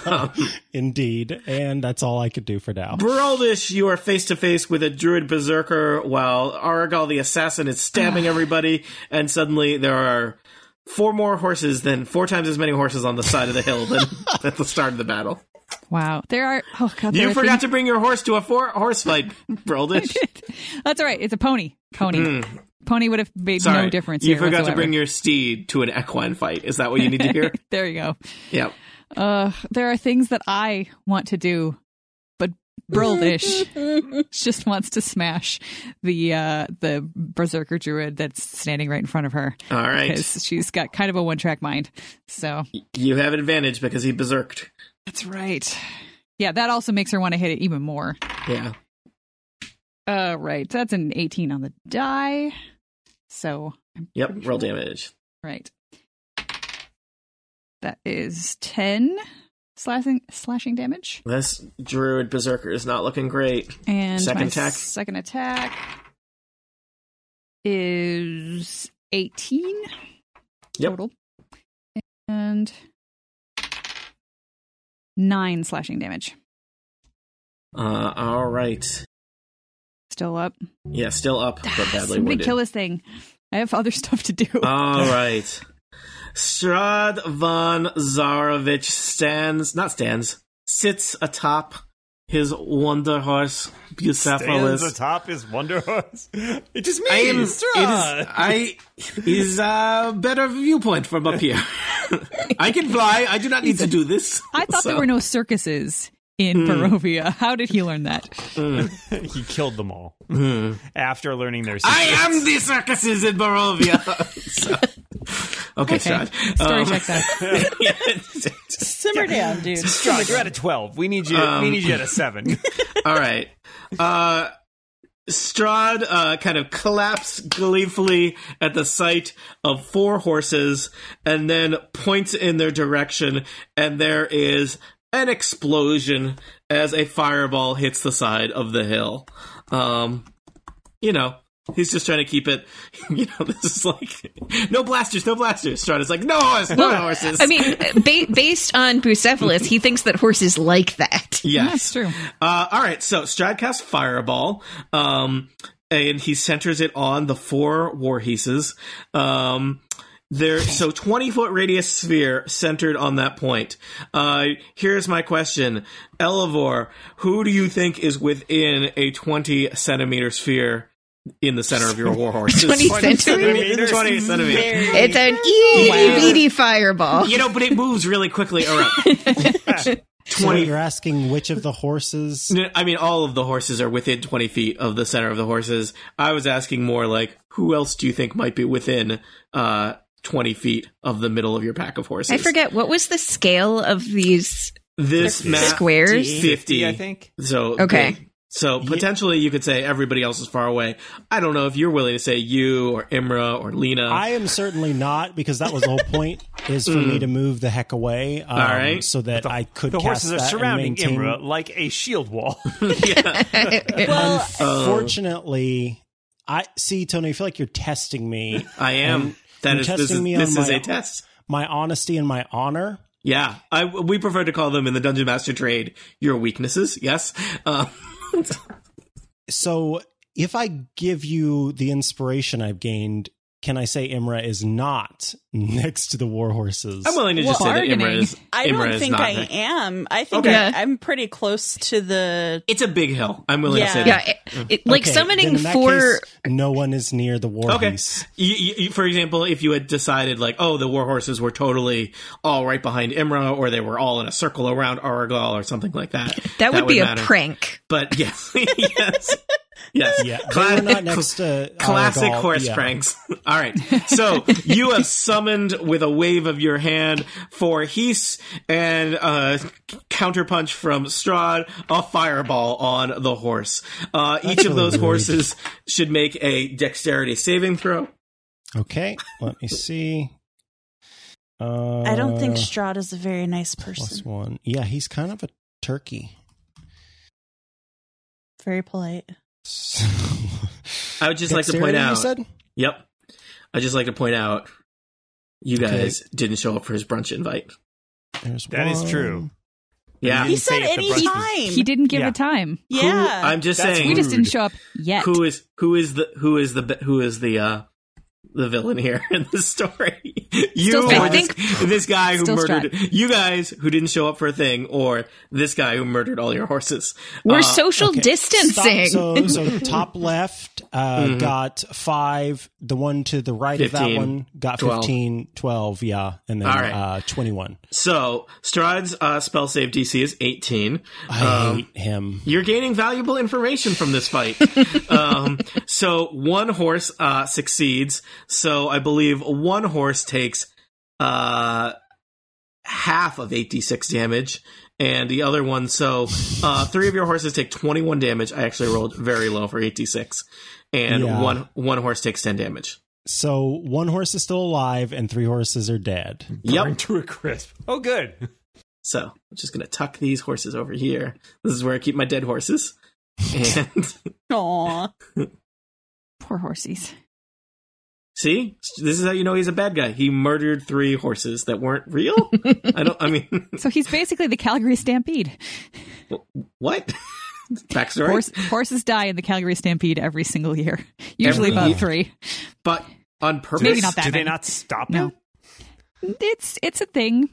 Speaker 1: um,
Speaker 5: indeed. And that's all I could do for now.
Speaker 1: Baraldish, you are face to face with a druid berserker while Aragal the assassin is stabbing everybody, and suddenly there are four more horses than four times as many horses on the side of the hill than at the start of the battle.
Speaker 4: Wow. There are. Oh, God. there
Speaker 1: You
Speaker 4: are
Speaker 1: forgot
Speaker 4: things-
Speaker 1: to bring your horse to a four horse fight, Baraldish.
Speaker 4: That's all right. It's a pony. Pony. Pony would have made
Speaker 1: Mm. Sorry,
Speaker 4: no difference.
Speaker 1: You
Speaker 4: here
Speaker 1: forgot to
Speaker 4: whatsoever.
Speaker 1: bring your steed to an equine fight. Is that what you need to hear?
Speaker 4: There you go.
Speaker 1: yep.
Speaker 4: Uh, there are things that I want to do, but Brolish just wants to smash the uh, the berserker druid that's standing right in front of her
Speaker 1: All right.
Speaker 4: because she's got kind of a one track mind. So
Speaker 1: You have advantage because he berserked.
Speaker 4: that's right. Yeah, that also makes her want to hit it even more.
Speaker 1: Yeah.
Speaker 4: Uh, right. That's an 18 on the die. So,
Speaker 1: Yep. Roll damage.
Speaker 4: right. That is 10 slashing slashing damage.
Speaker 1: This druid berserker is not looking great.
Speaker 4: And
Speaker 1: Second
Speaker 4: my
Speaker 1: attack.
Speaker 4: Second attack is eighteen
Speaker 1: Yep.
Speaker 4: total, and nine slashing damage.
Speaker 1: Uh, all right.
Speaker 4: Still up.
Speaker 1: Yeah, still up, but badly
Speaker 4: Somebody
Speaker 1: wounded. Oh,
Speaker 4: kill this thing. I have other stuff to do.
Speaker 1: All right. Strad von Zarovich stands, not stands, sits atop his wonder horse, Bucephalus.
Speaker 3: Stands atop his wonder horse. It just
Speaker 1: I am, it
Speaker 3: means
Speaker 1: is, I is a better viewpoint from up here. I can fly. I do not need to do this.
Speaker 4: I thought
Speaker 1: So-
Speaker 4: there
Speaker 1: Hmm.
Speaker 4: were no circuses in Barovia. How did he learn that?
Speaker 3: he killed them all
Speaker 1: Hmm.
Speaker 3: after learning their. Secrets.
Speaker 1: I am the circuses in Barovia. So- okay,
Speaker 4: Okay.
Speaker 1: Strad.
Speaker 4: Story
Speaker 1: Um,
Speaker 4: checks out.
Speaker 7: Simmer down, dude.
Speaker 3: Strong, you're at a twelve. We need you. we
Speaker 1: Um,
Speaker 3: need you at a seven.
Speaker 1: All right. Uh, Strahd uh, kind of collapsed gleefully at the sight of four horses and then points in their direction, and there is an explosion as a fireball hits the side of the hill. Um, you know, he's just trying to keep it. You know, this is like, no blasters, no blasters. Strahd is like, no horses, no horses.
Speaker 6: I mean, ba- based on Bucephalus, he thinks that horses like that.
Speaker 1: yes.
Speaker 4: That's true.
Speaker 1: Uh, all right, so Strad casts Fireball, um, and he centers it on the four warheeses. Um, there, so twenty foot radius sphere centered on that point. Uh, here's my question, Elevor: Who do you think is within a twenty centimeter sphere in the center of your warhorses?
Speaker 6: 20 centimeters.
Speaker 1: Twenty centimeters.
Speaker 6: It's an E itty bitty fireball.
Speaker 1: You know, but it moves really quickly around.
Speaker 5: So what you're asking which of the horses?
Speaker 1: No, I mean, all of the horses are within 20 feet of the center of the horses. I was asking more like, who else do you think might be within uh, 20 feet of the middle of your pack of horses?
Speaker 6: I forget what was the scale of these
Speaker 1: This map.
Speaker 6: squares.
Speaker 1: 50.
Speaker 3: I think.
Speaker 1: So,
Speaker 6: Okay.
Speaker 1: big. So potentially you could say everybody else is far away. I don't know if you're willing to say you or Imra or Lena.
Speaker 5: I am certainly not because that was the whole point is for me to move the heck away, um,
Speaker 1: All right.
Speaker 5: so that I could.
Speaker 3: The
Speaker 5: cast
Speaker 3: horses are
Speaker 5: that and
Speaker 3: surrounding
Speaker 5: maintain-
Speaker 3: Imra like a shield wall.
Speaker 7: Well,
Speaker 5: Fortunately, I see Tony. I feel like you're testing me,
Speaker 1: I am. That
Speaker 5: you're
Speaker 1: is, this
Speaker 5: testing
Speaker 1: is,
Speaker 5: me on
Speaker 1: this is
Speaker 5: my-
Speaker 1: a test.
Speaker 5: my honesty and my honor.
Speaker 1: Yeah, I, we prefer to call them in the Dungeon Master trade your weaknesses. Yes, uh,
Speaker 5: So, if I give you the inspiration I've gained, can I say Imra is not next to the war horses?
Speaker 1: I'm willing to just say that Imra
Speaker 4: Bargaining.
Speaker 1: is.
Speaker 7: I
Speaker 1: Imra
Speaker 7: don't
Speaker 1: is
Speaker 7: think
Speaker 1: not
Speaker 7: I
Speaker 1: next.
Speaker 7: am. I think
Speaker 1: Okay.
Speaker 7: I, I'm pretty close to the.
Speaker 1: It's a big hill. I'm willing to say
Speaker 6: Yeah,
Speaker 1: that.
Speaker 6: it, it- like
Speaker 5: Okay, then
Speaker 6: summoning
Speaker 5: in that
Speaker 6: four.
Speaker 5: case, no one is near the war
Speaker 1: Okay.
Speaker 5: horse.
Speaker 1: You, you, you- for example, if you had decided like, oh, the war horses were totally all right behind Imra, or they were all in a circle around Aragal, or something like that,
Speaker 6: that would be a
Speaker 1: matter.
Speaker 6: prank.
Speaker 1: But yes, yes, yes,
Speaker 5: Yeah,
Speaker 1: Cla-
Speaker 5: they were not next to
Speaker 1: Classic
Speaker 5: Aragol.
Speaker 1: horse
Speaker 5: Yeah.
Speaker 1: pranks. All right. So you have summoned with a wave of your hand for Hees and uh, counterpunch from Strahd, a fireball on the horse. Uh, each of
Speaker 5: really
Speaker 1: those
Speaker 5: rude.
Speaker 1: horses should make a dexterity saving throw.
Speaker 5: Okay, let me see. Uh,
Speaker 7: I don't think Strahd is a very nice
Speaker 5: plus
Speaker 7: person.
Speaker 5: one. Yeah, he's kind of a turkey.
Speaker 7: Very polite.
Speaker 5: I
Speaker 1: I would just like to point out.
Speaker 5: You said
Speaker 1: Yep. I just like to point out you guys didn't show up for his brunch invite.
Speaker 5: There's
Speaker 3: That is true.
Speaker 1: Yeah.
Speaker 3: I
Speaker 7: He
Speaker 3: didn't
Speaker 7: said
Speaker 3: say if the
Speaker 7: any
Speaker 3: brunch was-
Speaker 7: time.
Speaker 4: He didn't give
Speaker 3: Yeah.
Speaker 4: a time.
Speaker 1: Who-
Speaker 7: Yeah.
Speaker 1: I'm just
Speaker 3: That's
Speaker 1: saying
Speaker 4: We just
Speaker 3: Rude.
Speaker 4: didn't show up yet.
Speaker 1: who is who is the who is the who is the uh the villain here in the story. You
Speaker 4: Still
Speaker 1: or
Speaker 4: Strahd.
Speaker 1: this, this guy who
Speaker 4: Still
Speaker 1: murdered you guys who didn't show up for a thing, or this guy who murdered all your horses.
Speaker 6: We're
Speaker 1: Uh,
Speaker 6: social
Speaker 5: Okay.
Speaker 6: distancing.
Speaker 5: Stop. So, so top left uh,
Speaker 1: Mm-hmm.
Speaker 5: got five. The one to the right of that
Speaker 1: 15,
Speaker 5: one got
Speaker 1: 12.
Speaker 5: fifteen, twelve. 15, 12, yeah. And then
Speaker 1: All right.
Speaker 5: uh, 21.
Speaker 1: So Strahd's uh, spell save DC is 18.
Speaker 5: I
Speaker 1: Um,
Speaker 5: hate him.
Speaker 1: You're gaining valuable information from this fight. um, so one horse uh, succeeds. So I believe one horse takes uh, half of 8d6 damage, and the other one. So uh, three of your horses take 21 damage. I actually rolled very low for 8d6, and
Speaker 5: Yeah.
Speaker 1: one one horse takes 10 damage.
Speaker 5: So one horse is still alive and three horses are dead.
Speaker 1: Yep.
Speaker 3: to a crisp. Oh, good.
Speaker 1: So I'm just gonna tuck these horses over here. This is where I keep my dead horses. And
Speaker 7: Aw.
Speaker 4: Poor horsies.
Speaker 1: See, this is how you know he's a bad guy. He murdered three horses that weren't real. I don't. I mean,
Speaker 4: So he's basically the Calgary Stampede.
Speaker 1: what backstory?
Speaker 4: Horse, horses die in the Calgary Stampede every single year. Usually
Speaker 1: Every
Speaker 4: about
Speaker 1: year.
Speaker 4: three.
Speaker 1: But on purpose.
Speaker 4: Maybe not that
Speaker 3: Do they
Speaker 4: many.
Speaker 3: not stop
Speaker 4: No.
Speaker 3: it?
Speaker 4: It's it's a thing.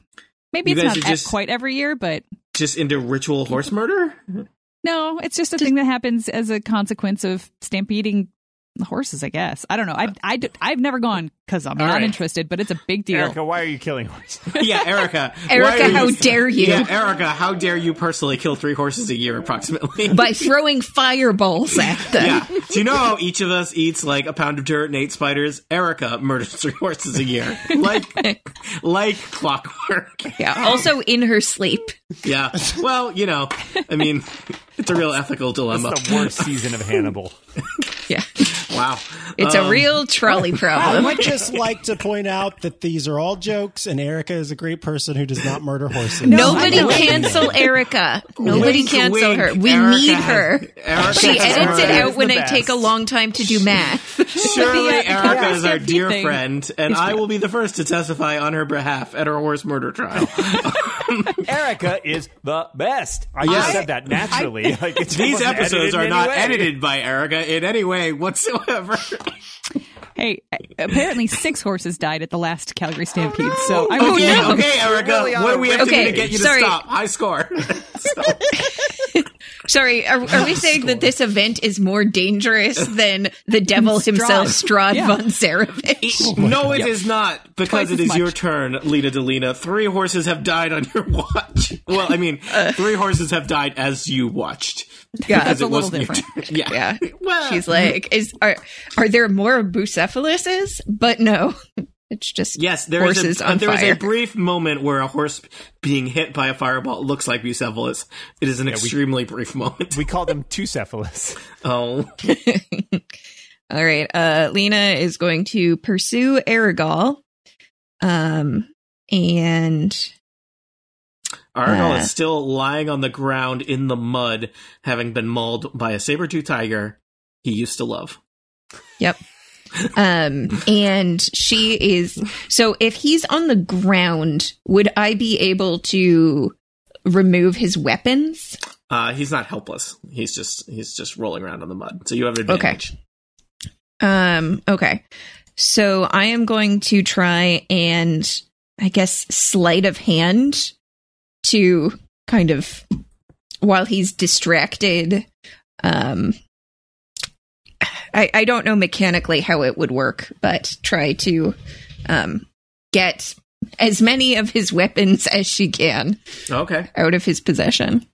Speaker 4: Maybe
Speaker 1: You
Speaker 4: it's
Speaker 1: guys
Speaker 4: not
Speaker 1: are
Speaker 4: e-
Speaker 1: just-
Speaker 4: quite every year, but
Speaker 1: Just into ritual horse murder.
Speaker 4: no, it's just a thing that happens as a consequence of stampeding horses. I guess I don't know. I I have never gone because I'm
Speaker 1: All
Speaker 4: not
Speaker 1: right.
Speaker 4: interested, but it's a big deal.
Speaker 3: Erica, why are you killing horses?
Speaker 1: yeah, Erica. why are
Speaker 6: Erica,
Speaker 1: you-
Speaker 6: how dare you?
Speaker 1: Yeah, Erica, how dare you personally kill three horses a year, approximately?
Speaker 6: By throwing fireballs at them.
Speaker 1: yeah. Do you know how each of us eats like a pound of dirt and eight spiders? Erica murders three horses a year, like like clockwork.
Speaker 6: Yeah, Also in her sleep.
Speaker 1: Yeah. Well, you know, I mean, it's a real ethical dilemma.
Speaker 3: It's the worst season of Hannibal.
Speaker 6: Yeah.
Speaker 1: Wow.
Speaker 6: It's a real trolley
Speaker 5: I
Speaker 6: problem.
Speaker 5: would just like to point out that these are all jokes, and Erica is a great person who does not murder horses.
Speaker 6: Nobody
Speaker 5: I know.
Speaker 6: cancel Erica. Nobody
Speaker 1: Wink,
Speaker 6: cancel
Speaker 1: wink,
Speaker 6: her. We
Speaker 1: Erica
Speaker 6: need
Speaker 1: has-
Speaker 6: her.
Speaker 1: Erica
Speaker 6: She
Speaker 1: has
Speaker 6: edits it
Speaker 1: arrived.
Speaker 6: out when
Speaker 3: the
Speaker 6: I
Speaker 3: best.
Speaker 6: take a long time to do math.
Speaker 1: Surely
Speaker 4: the, uh, the
Speaker 1: Erica
Speaker 4: Calgary
Speaker 1: is our
Speaker 4: Stampede
Speaker 1: dear
Speaker 4: thing.
Speaker 1: friend, and I will be the first to testify on her behalf at her horse murder trial.
Speaker 3: Erica is the best. I
Speaker 1: Yeah.
Speaker 3: just said that naturally. like it's
Speaker 1: These
Speaker 3: wasn't
Speaker 1: episodes
Speaker 3: edited in
Speaker 1: are
Speaker 3: any
Speaker 1: not
Speaker 3: way.
Speaker 1: edited by Erica in any way whatsoever.
Speaker 4: Hey, apparently six horses died at the last Calgary Stampede. So I
Speaker 1: okay,
Speaker 4: know.
Speaker 1: Oh, okay, Erica,
Speaker 3: really on
Speaker 1: what do
Speaker 3: a
Speaker 1: we have to do
Speaker 6: rampage.
Speaker 1: to get you to
Speaker 6: Sorry.
Speaker 1: stop? High score.
Speaker 6: Sorry, are, are we saying that this event is more dangerous than the devil himself, Strahd
Speaker 4: Yeah.
Speaker 6: von Zarevich?
Speaker 1: no, it is not because
Speaker 4: Twice
Speaker 1: it
Speaker 4: as
Speaker 1: is your
Speaker 4: much.
Speaker 1: turn, Lita Delina. Three horses have died on your watch. Well, I mean, three horses have died as you watched.
Speaker 6: Yeah,
Speaker 1: because
Speaker 6: that's
Speaker 4: a
Speaker 1: it
Speaker 4: little
Speaker 1: wasn't your
Speaker 4: different.
Speaker 1: turn. Yeah,
Speaker 6: Yeah.
Speaker 1: Well,
Speaker 6: She's like, is are are there more bucephaluses? But no, it's just
Speaker 1: Yes, there is
Speaker 6: horses
Speaker 1: a, uh,
Speaker 6: on
Speaker 1: there is
Speaker 6: fire.
Speaker 1: a brief moment where a horse being hit by a fireball looks like Bucephalus. It is an extremely brief moment.
Speaker 3: We call them two cephalus.
Speaker 1: oh,
Speaker 6: All right, uh, Lena is going to pursue Aragol, um, and
Speaker 1: Arnold
Speaker 6: Uh.
Speaker 1: is still lying on the ground in the mud, having been mauled by a saber-tooth tiger he used to love.
Speaker 6: Yep. Um, and she is so if he's on the ground, would I be able to remove his weapons?
Speaker 1: Uh, he's not helpless. He's just he's just rolling around on the mud. So you have an advantage.
Speaker 6: Um, okay. So I am going to try and I guess sleight of hand to kind of while he's distracted, um I, I don't know mechanically how it would work, but try to um get as many of his weapons as she can
Speaker 1: Okay.
Speaker 6: out of his possession.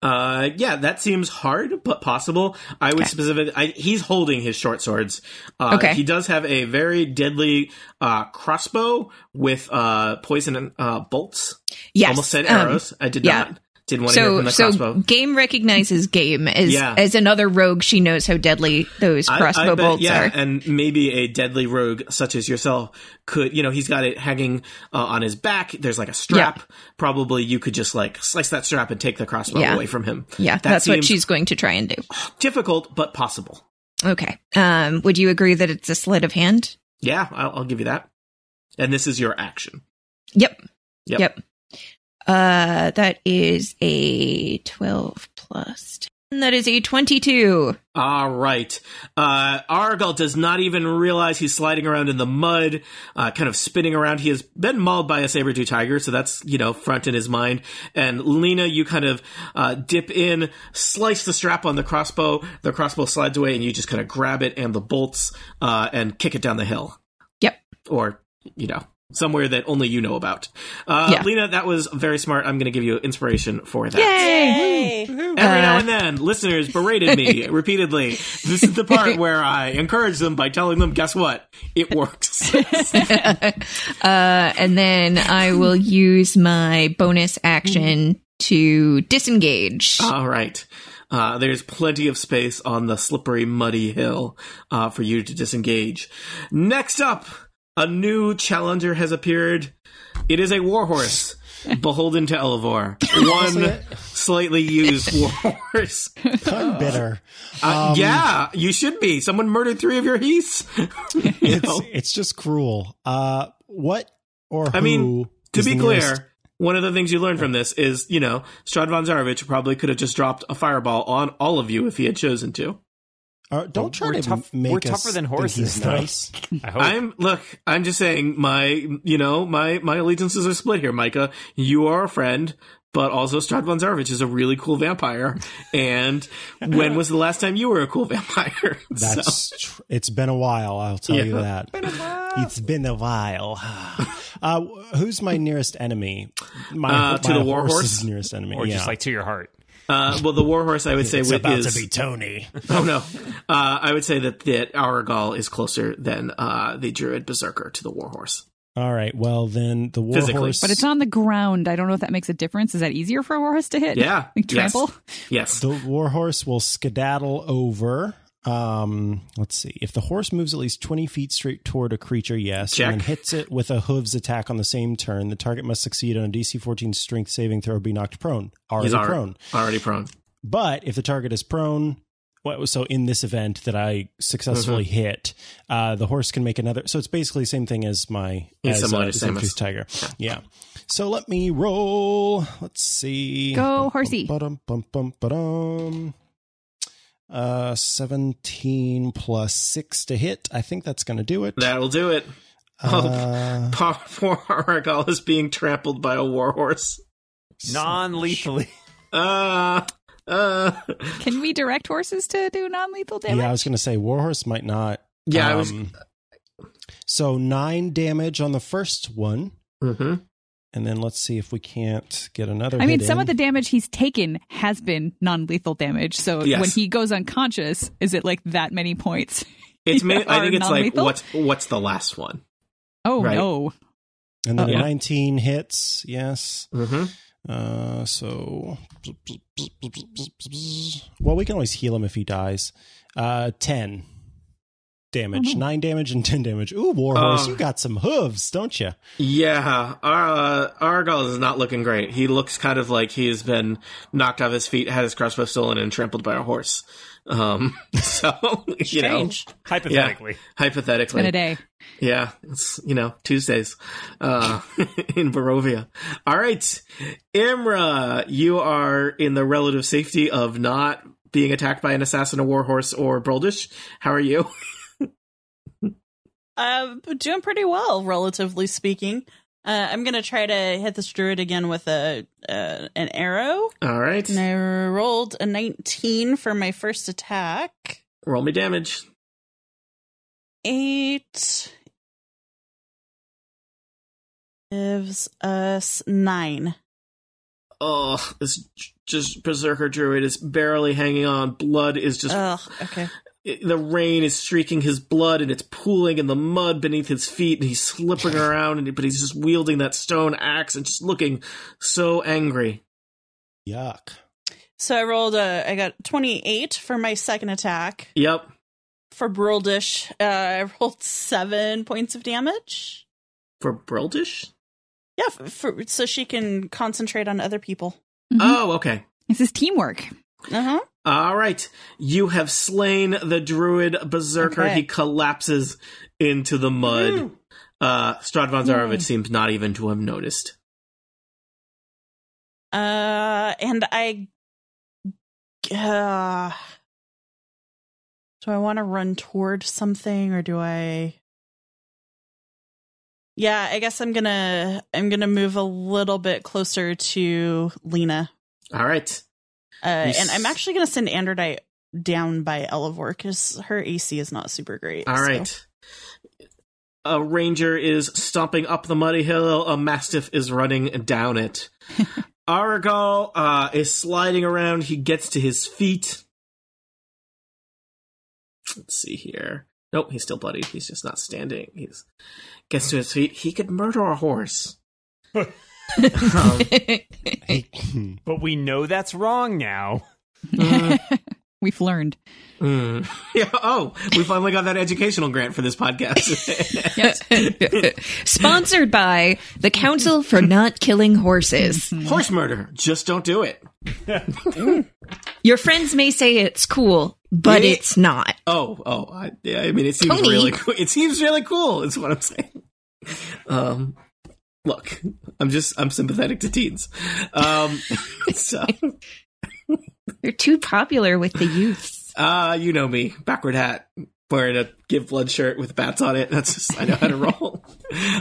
Speaker 1: Uh, yeah, that seems hard but possible. I would
Speaker 6: Okay.
Speaker 1: specific. I, he's holding his short swords. Uh,
Speaker 6: Okay.
Speaker 1: He does have a very deadly uh, crossbow with uh, poison uh, bolts.
Speaker 6: Yes.
Speaker 1: Almost said
Speaker 6: um,
Speaker 1: arrows. I did
Speaker 6: yeah.
Speaker 1: not. Didn't want to hear from
Speaker 6: So
Speaker 1: the
Speaker 6: so
Speaker 1: crossbow.
Speaker 6: game recognizes game as
Speaker 1: Yeah.
Speaker 6: as another rogue. She knows how deadly those
Speaker 1: I-
Speaker 6: crossbow
Speaker 1: I bet,
Speaker 6: bolts
Speaker 1: yeah,
Speaker 6: are.
Speaker 1: and maybe a deadly rogue such as yourself could, you know, he's got it hanging uh, on his back. There's like a strap. Probably you could just like slice that strap and take the crossbow
Speaker 6: Yeah.
Speaker 1: away from him.
Speaker 6: yeah,
Speaker 1: that
Speaker 6: that's what
Speaker 1: seems-
Speaker 6: she's going to try and do.
Speaker 1: Difficult, but possible.
Speaker 6: Okay. Um, would you agree that it's a sleight of hand?
Speaker 1: Yeah, I'll, I'll give you that. And this is your action.
Speaker 6: Yep.
Speaker 1: Yep.
Speaker 6: Uh, that is a 12 plus 10. That is a 22.
Speaker 1: All right. Uh, Argal does not even realize he's sliding around in the mud, uh, kind of spinning around. He has been mauled by a saber-tooth tiger, so that's, you know, front in his mind. And Lena, you kind of uh, dip in, slice the strap on the crossbow. The crossbow slides away, and you just kind of grab it and the bolts uh, and kick it down the hill.
Speaker 6: Yep.
Speaker 1: Or, you know, somewhere that only you know about. Uh,
Speaker 6: Yeah.
Speaker 1: Lena, that was very smart. I'm going to give you inspiration for that.
Speaker 7: Yay!
Speaker 1: Every
Speaker 6: Uh,
Speaker 1: now and then, listeners berated me repeatedly. This is the part where I encourage them by telling them, guess what? It works.
Speaker 6: Uh, and then I will use my bonus action to disengage.
Speaker 1: All right. Uh, there's plenty of space on the slippery, muddy hill uh, for you to disengage. Next up, a new challenger has appeared. It is a warhorse beholden to Elevor. One slightly used warhorse.
Speaker 5: I'm bitter.
Speaker 1: Uh,
Speaker 5: Um,
Speaker 1: yeah, you should be. Someone murdered three of your heaths. You
Speaker 5: It's,
Speaker 1: know?
Speaker 5: it's just cruel. Uh, what or
Speaker 1: I mean,
Speaker 5: who
Speaker 1: to
Speaker 5: is
Speaker 1: be
Speaker 5: the
Speaker 1: clear,
Speaker 5: nearest-
Speaker 1: one of the things you learn from this is, you know, Strad von Zarovich probably could have just dropped a fireball on all of you if he had chosen to.
Speaker 5: Uh, don't try
Speaker 3: We're
Speaker 5: to
Speaker 3: tough-
Speaker 5: make
Speaker 3: we're
Speaker 5: us
Speaker 3: tougher than
Speaker 5: think
Speaker 3: horses,
Speaker 5: he's
Speaker 3: though.
Speaker 5: nice.
Speaker 3: I hope.
Speaker 1: I'm look, I'm just saying my you know, my my allegiances are split here, Micah. You are a friend, but also Strad von Zarovich is a really cool vampire. And when was the last time you were a cool vampire? So-
Speaker 5: That's tr- it's been a while. I'll tell you
Speaker 1: Yeah.
Speaker 5: that. It's been a while. uh, who's my nearest enemy? My,
Speaker 1: Uh, to the war
Speaker 5: horse's
Speaker 1: horse?
Speaker 5: nearest enemy,
Speaker 3: or
Speaker 5: yeah.
Speaker 3: just like to your heart.
Speaker 1: uh, well the warhorse I would say
Speaker 5: it's
Speaker 1: with
Speaker 5: about
Speaker 1: is
Speaker 5: to be Tony.
Speaker 1: Oh no. Uh, I would say that that Aragal is closer than uh, the Druid Berserker to the warhorse.
Speaker 5: All right. Well, then the war
Speaker 1: Physically.
Speaker 5: horse.
Speaker 4: But it's on the ground. I don't know if that makes a difference. Is that easier for a horse to hit?
Speaker 1: Yeah.
Speaker 4: Like trample?
Speaker 1: Yes.
Speaker 5: The warhorse will skedaddle over. Um, let's see. If the horse moves at least 20 feet straight toward a creature, yes,
Speaker 1: Check.
Speaker 5: and then hits it with a hooves attack on the same turn, the target must succeed on a DC 14 strength saving throw or be knocked prone. Already
Speaker 1: He's alre-
Speaker 5: prone.
Speaker 1: Already prone.
Speaker 5: But if the target is prone, what so in this event that I successfully
Speaker 1: Mm-hmm.
Speaker 5: hit, uh, the horse can make another. So it's basically the same thing as my
Speaker 1: It's
Speaker 5: as,
Speaker 1: similar
Speaker 5: uh,
Speaker 1: to
Speaker 5: the
Speaker 1: Samus.
Speaker 5: Saber-tooth tiger. Yeah. So let me roll. Let's see.
Speaker 4: Go, horsey.
Speaker 5: Bum, bum, bum, ba-dum. Uh, seventeen plus six to hit. I think that's going to do it.
Speaker 1: That'll do it.
Speaker 5: Uh,
Speaker 1: Pa- Poor Aragal is being trampled by a warhorse.
Speaker 3: Non-lethally.
Speaker 1: Uh, uh.
Speaker 4: Can we direct horses to do non lethal damage?
Speaker 5: yeah, I was going to say warhorse might not.
Speaker 1: Yeah, I was.
Speaker 5: um, So nine damage on the first one.
Speaker 1: Mhm.
Speaker 5: And then let's see if we can't get another.
Speaker 4: I mean,
Speaker 5: hit
Speaker 4: some
Speaker 5: in.
Speaker 4: of the damage he's taken has been non lethal damage. So
Speaker 1: Yes.
Speaker 4: when he goes unconscious, is it like that many points?
Speaker 1: It's. ma- I
Speaker 4: Are
Speaker 1: think it's like
Speaker 4: non-lethal?
Speaker 1: what's what's the last one?
Speaker 4: Oh,
Speaker 1: Right.
Speaker 4: no.
Speaker 5: and then
Speaker 4: Oh,
Speaker 5: a
Speaker 4: yeah.
Speaker 5: nineteen hits. Yes.
Speaker 1: Mm-hmm.
Speaker 5: Uh, so well, we can always heal him if he dies. Uh, ten damage,
Speaker 6: Mm-hmm.
Speaker 5: nine damage, and ten damage. Ooh, warhorse,
Speaker 1: Uh.
Speaker 5: you got some hooves, don't you?
Speaker 1: Yeah, uh, Argal is not looking great. He looks kind of like he has been knocked off his feet, had his crossbow stolen, and trampled by a horse. Um, so you know,
Speaker 7: Strange.
Speaker 3: Hypothetically.
Speaker 1: hypothetically,
Speaker 4: Been a day.
Speaker 1: Yeah, it's you know Tuesdays uh, in Barovia. All right, Imra, you are in the relative safety of not being attacked by an assassin, a warhorse, or Broldish. How are you?
Speaker 7: Uh, doing pretty well, relatively speaking. Uh, I'm gonna try to hit this druid again with a uh, an arrow.
Speaker 1: All right,
Speaker 7: And I rolled a 19 for my first attack.
Speaker 1: roll me damage.
Speaker 7: Eight gives us nine.
Speaker 1: Oh, this j- just berserker druid is barely hanging on. Blood is just
Speaker 7: Ugh. Okay.
Speaker 1: it- the rain is streaking his blood and it's pooling in the mud beneath his feet and he's slipping around and but he's just wielding that stone axe and just looking so angry.
Speaker 5: Yuck.
Speaker 7: So I rolled a, I got 28 for my second attack
Speaker 1: Yep.
Speaker 7: for Broldish. Uh, I rolled seven points of damage.
Speaker 1: For Broldish?
Speaker 7: Yeah, f for, so she can concentrate on other people.
Speaker 4: Mhm.
Speaker 1: Oh, okay.
Speaker 4: This is teamwork.
Speaker 7: Uh
Speaker 1: Uh-huh.
Speaker 7: huh.
Speaker 1: All right. You have slain the druid berserker.
Speaker 7: Okay.
Speaker 1: He collapses into the mud. Uh, Stradvan
Speaker 4: Yay.
Speaker 1: Zarovich seems not even to have noticed.
Speaker 7: Uh, and I. Uh, do I want to run toward something or do I? Yeah, I guess I'm gonna I'm gonna move a little bit closer to Lena,
Speaker 1: All right.
Speaker 7: uh,
Speaker 1: You
Speaker 7: and
Speaker 1: s-
Speaker 7: I'm actually gonna send Androdite down by Elivor because her AC is not super great.
Speaker 1: All
Speaker 7: so-
Speaker 1: right. A ranger is stomping up the muddy hill. A mastiff is running down it. Aragal uh, is sliding around. He gets to his feet. Let's see here. Nope, he's still bloodied. He's just not standing. He's gets to his feet. He could murder a horse. Um,
Speaker 5: Hey,
Speaker 3: But we know that's wrong now.
Speaker 4: We've learned.
Speaker 1: mm. Yeah. Oh, we finally got that educational grant for this podcast.
Speaker 6: Sponsored by the Council for Not Killing Horses.
Speaker 1: horse murder. Just don't do it.
Speaker 6: Your friends may say it's cool, but
Speaker 1: Yeah.
Speaker 6: it's not.
Speaker 1: Oh, oh, I, yeah. I mean, it seems
Speaker 6: Tony.
Speaker 1: really cool. It seems really cool. Is what I'm saying. Um, look, I'm just I'm sympathetic to teens. Um, so,
Speaker 6: They're too popular with the youths.
Speaker 1: uh, you know me, backward hat, wearing a give blood shirt with bats on it. That's just I know how to roll.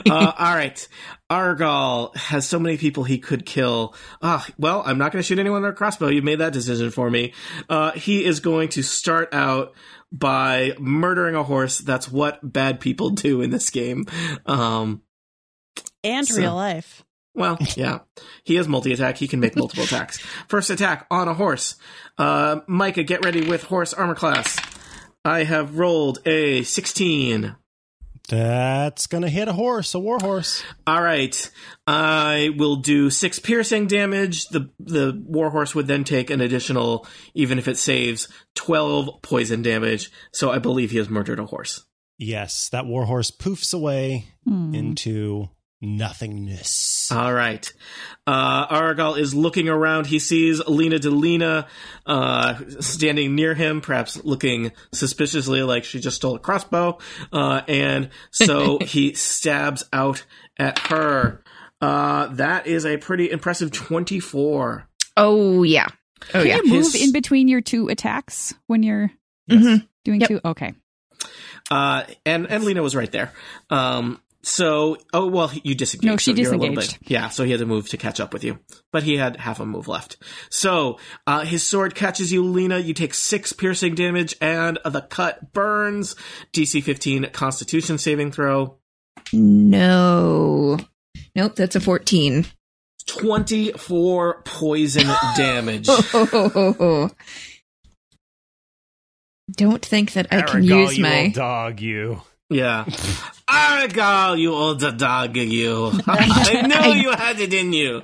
Speaker 1: Uh, all right, Argal has so many people he could kill. Ah, well, I'm not going to shoot anyone with a crossbow. You made that decision for me. Uh, he is going to start out by murdering a horse. That's what bad people do in this game. Um,
Speaker 7: and
Speaker 1: So-
Speaker 7: real life.
Speaker 1: well, yeah. He has multi attack. He can make multiple attacks. First attack on a horse. Uh, Micah, get ready with horse armor class. I have rolled a 16.
Speaker 5: That's gonna hit a horse, a war horse.
Speaker 1: All right. I will do six piercing damage. The the warhorse would then take an additional, even if it saves, 12 poison damage. So I believe he has murdered a horse.
Speaker 5: Yes, that war horse poofs away
Speaker 4: Hmm.
Speaker 5: into nothingness.
Speaker 1: All right. Uh, Aragal is looking around. He sees Lena Delina uh, standing near him, perhaps looking suspiciously like she just stole a crossbow. Uh, and so he stabs out at her. Uh, that is a pretty impressive 24.
Speaker 6: Oh, yeah. Oh,
Speaker 4: Can
Speaker 6: yeah.
Speaker 4: you move
Speaker 1: His- Mm-hmm.
Speaker 4: in between your two attacks when you're
Speaker 6: Mhm.
Speaker 4: doing
Speaker 6: Yep.
Speaker 4: two? Okay.
Speaker 1: Uh, and, and Lena was right there. Um, so, oh, well, you disengaged.
Speaker 4: No, she
Speaker 1: so you're a little
Speaker 4: disengaged.
Speaker 1: bit- yeah, so he had to move to catch up with you. But he had half a move left. So, uh, his sword catches you, Lena. You take six piercing damage, and the cut burns. DC 15 Constitution saving throw.
Speaker 6: No. Nope, that's a 14.
Speaker 1: 24 poison damage.
Speaker 6: Oh. Don't think that I can
Speaker 3: Aragal,
Speaker 6: use
Speaker 3: you
Speaker 6: my.
Speaker 3: old dog, you.
Speaker 1: Yeah. Aragal, you old dog, you. I know you had it in you.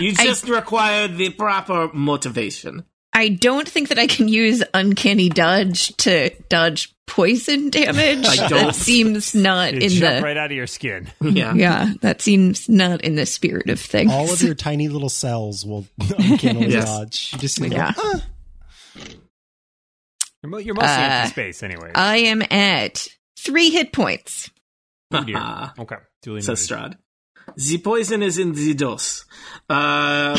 Speaker 1: You
Speaker 6: I-
Speaker 1: just required the proper motivation.
Speaker 6: I don't think that I can use uncanny dodge to dodge poison damage.
Speaker 1: I
Speaker 6: That
Speaker 1: don't.
Speaker 6: seems not
Speaker 3: It
Speaker 6: in
Speaker 3: jumped
Speaker 6: the
Speaker 3: right out of your skin.
Speaker 1: Yeah.
Speaker 6: yeah. That seems not in the spirit of things.
Speaker 5: All of your tiny little cells will uncannily
Speaker 1: Yes.
Speaker 5: dodge. You just think,
Speaker 6: Yeah.
Speaker 5: "Ah."
Speaker 3: You're, mo- you're mostly
Speaker 6: Uh,
Speaker 3: empty space, anyway.
Speaker 6: I am at three hit points.
Speaker 3: Oh, dear. okay, duly
Speaker 1: says
Speaker 3: noted.
Speaker 1: Strad. The poison is in the dose. Uh,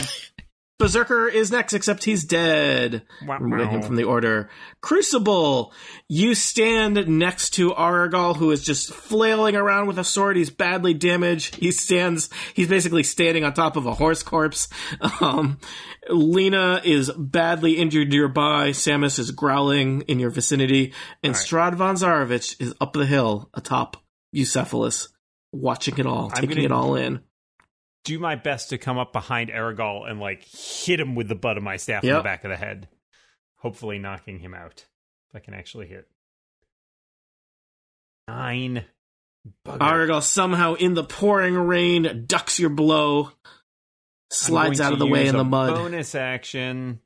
Speaker 1: Berserker is next, except he's dead.
Speaker 3: Wow.
Speaker 1: Removing him from the order. Crucible, you stand next to Aragal, who is just flailing around with a sword. He's badly damaged. He stands, he's basically standing on top of a horse corpse. Um, Lena is badly injured nearby. Samus is growling in your vicinity. And
Speaker 3: All
Speaker 1: Stradvan Zarovich is up the hill atop Bucephalus, watching it all,
Speaker 3: I'm
Speaker 1: taking
Speaker 3: gonna-
Speaker 1: it all in.
Speaker 3: do my best to come up behind Aragal and like hit him with the butt of my staff in the
Speaker 1: Yep.
Speaker 3: back of the head, hopefully knocking him out. If I can actually hit. Nine. Bugger.
Speaker 1: Aragal somehow in the pouring rain ducks your blow. slides
Speaker 3: I'm
Speaker 1: out
Speaker 3: going
Speaker 1: of the
Speaker 3: to
Speaker 1: way
Speaker 3: use
Speaker 1: in
Speaker 3: a
Speaker 1: the mud.
Speaker 3: Bonus action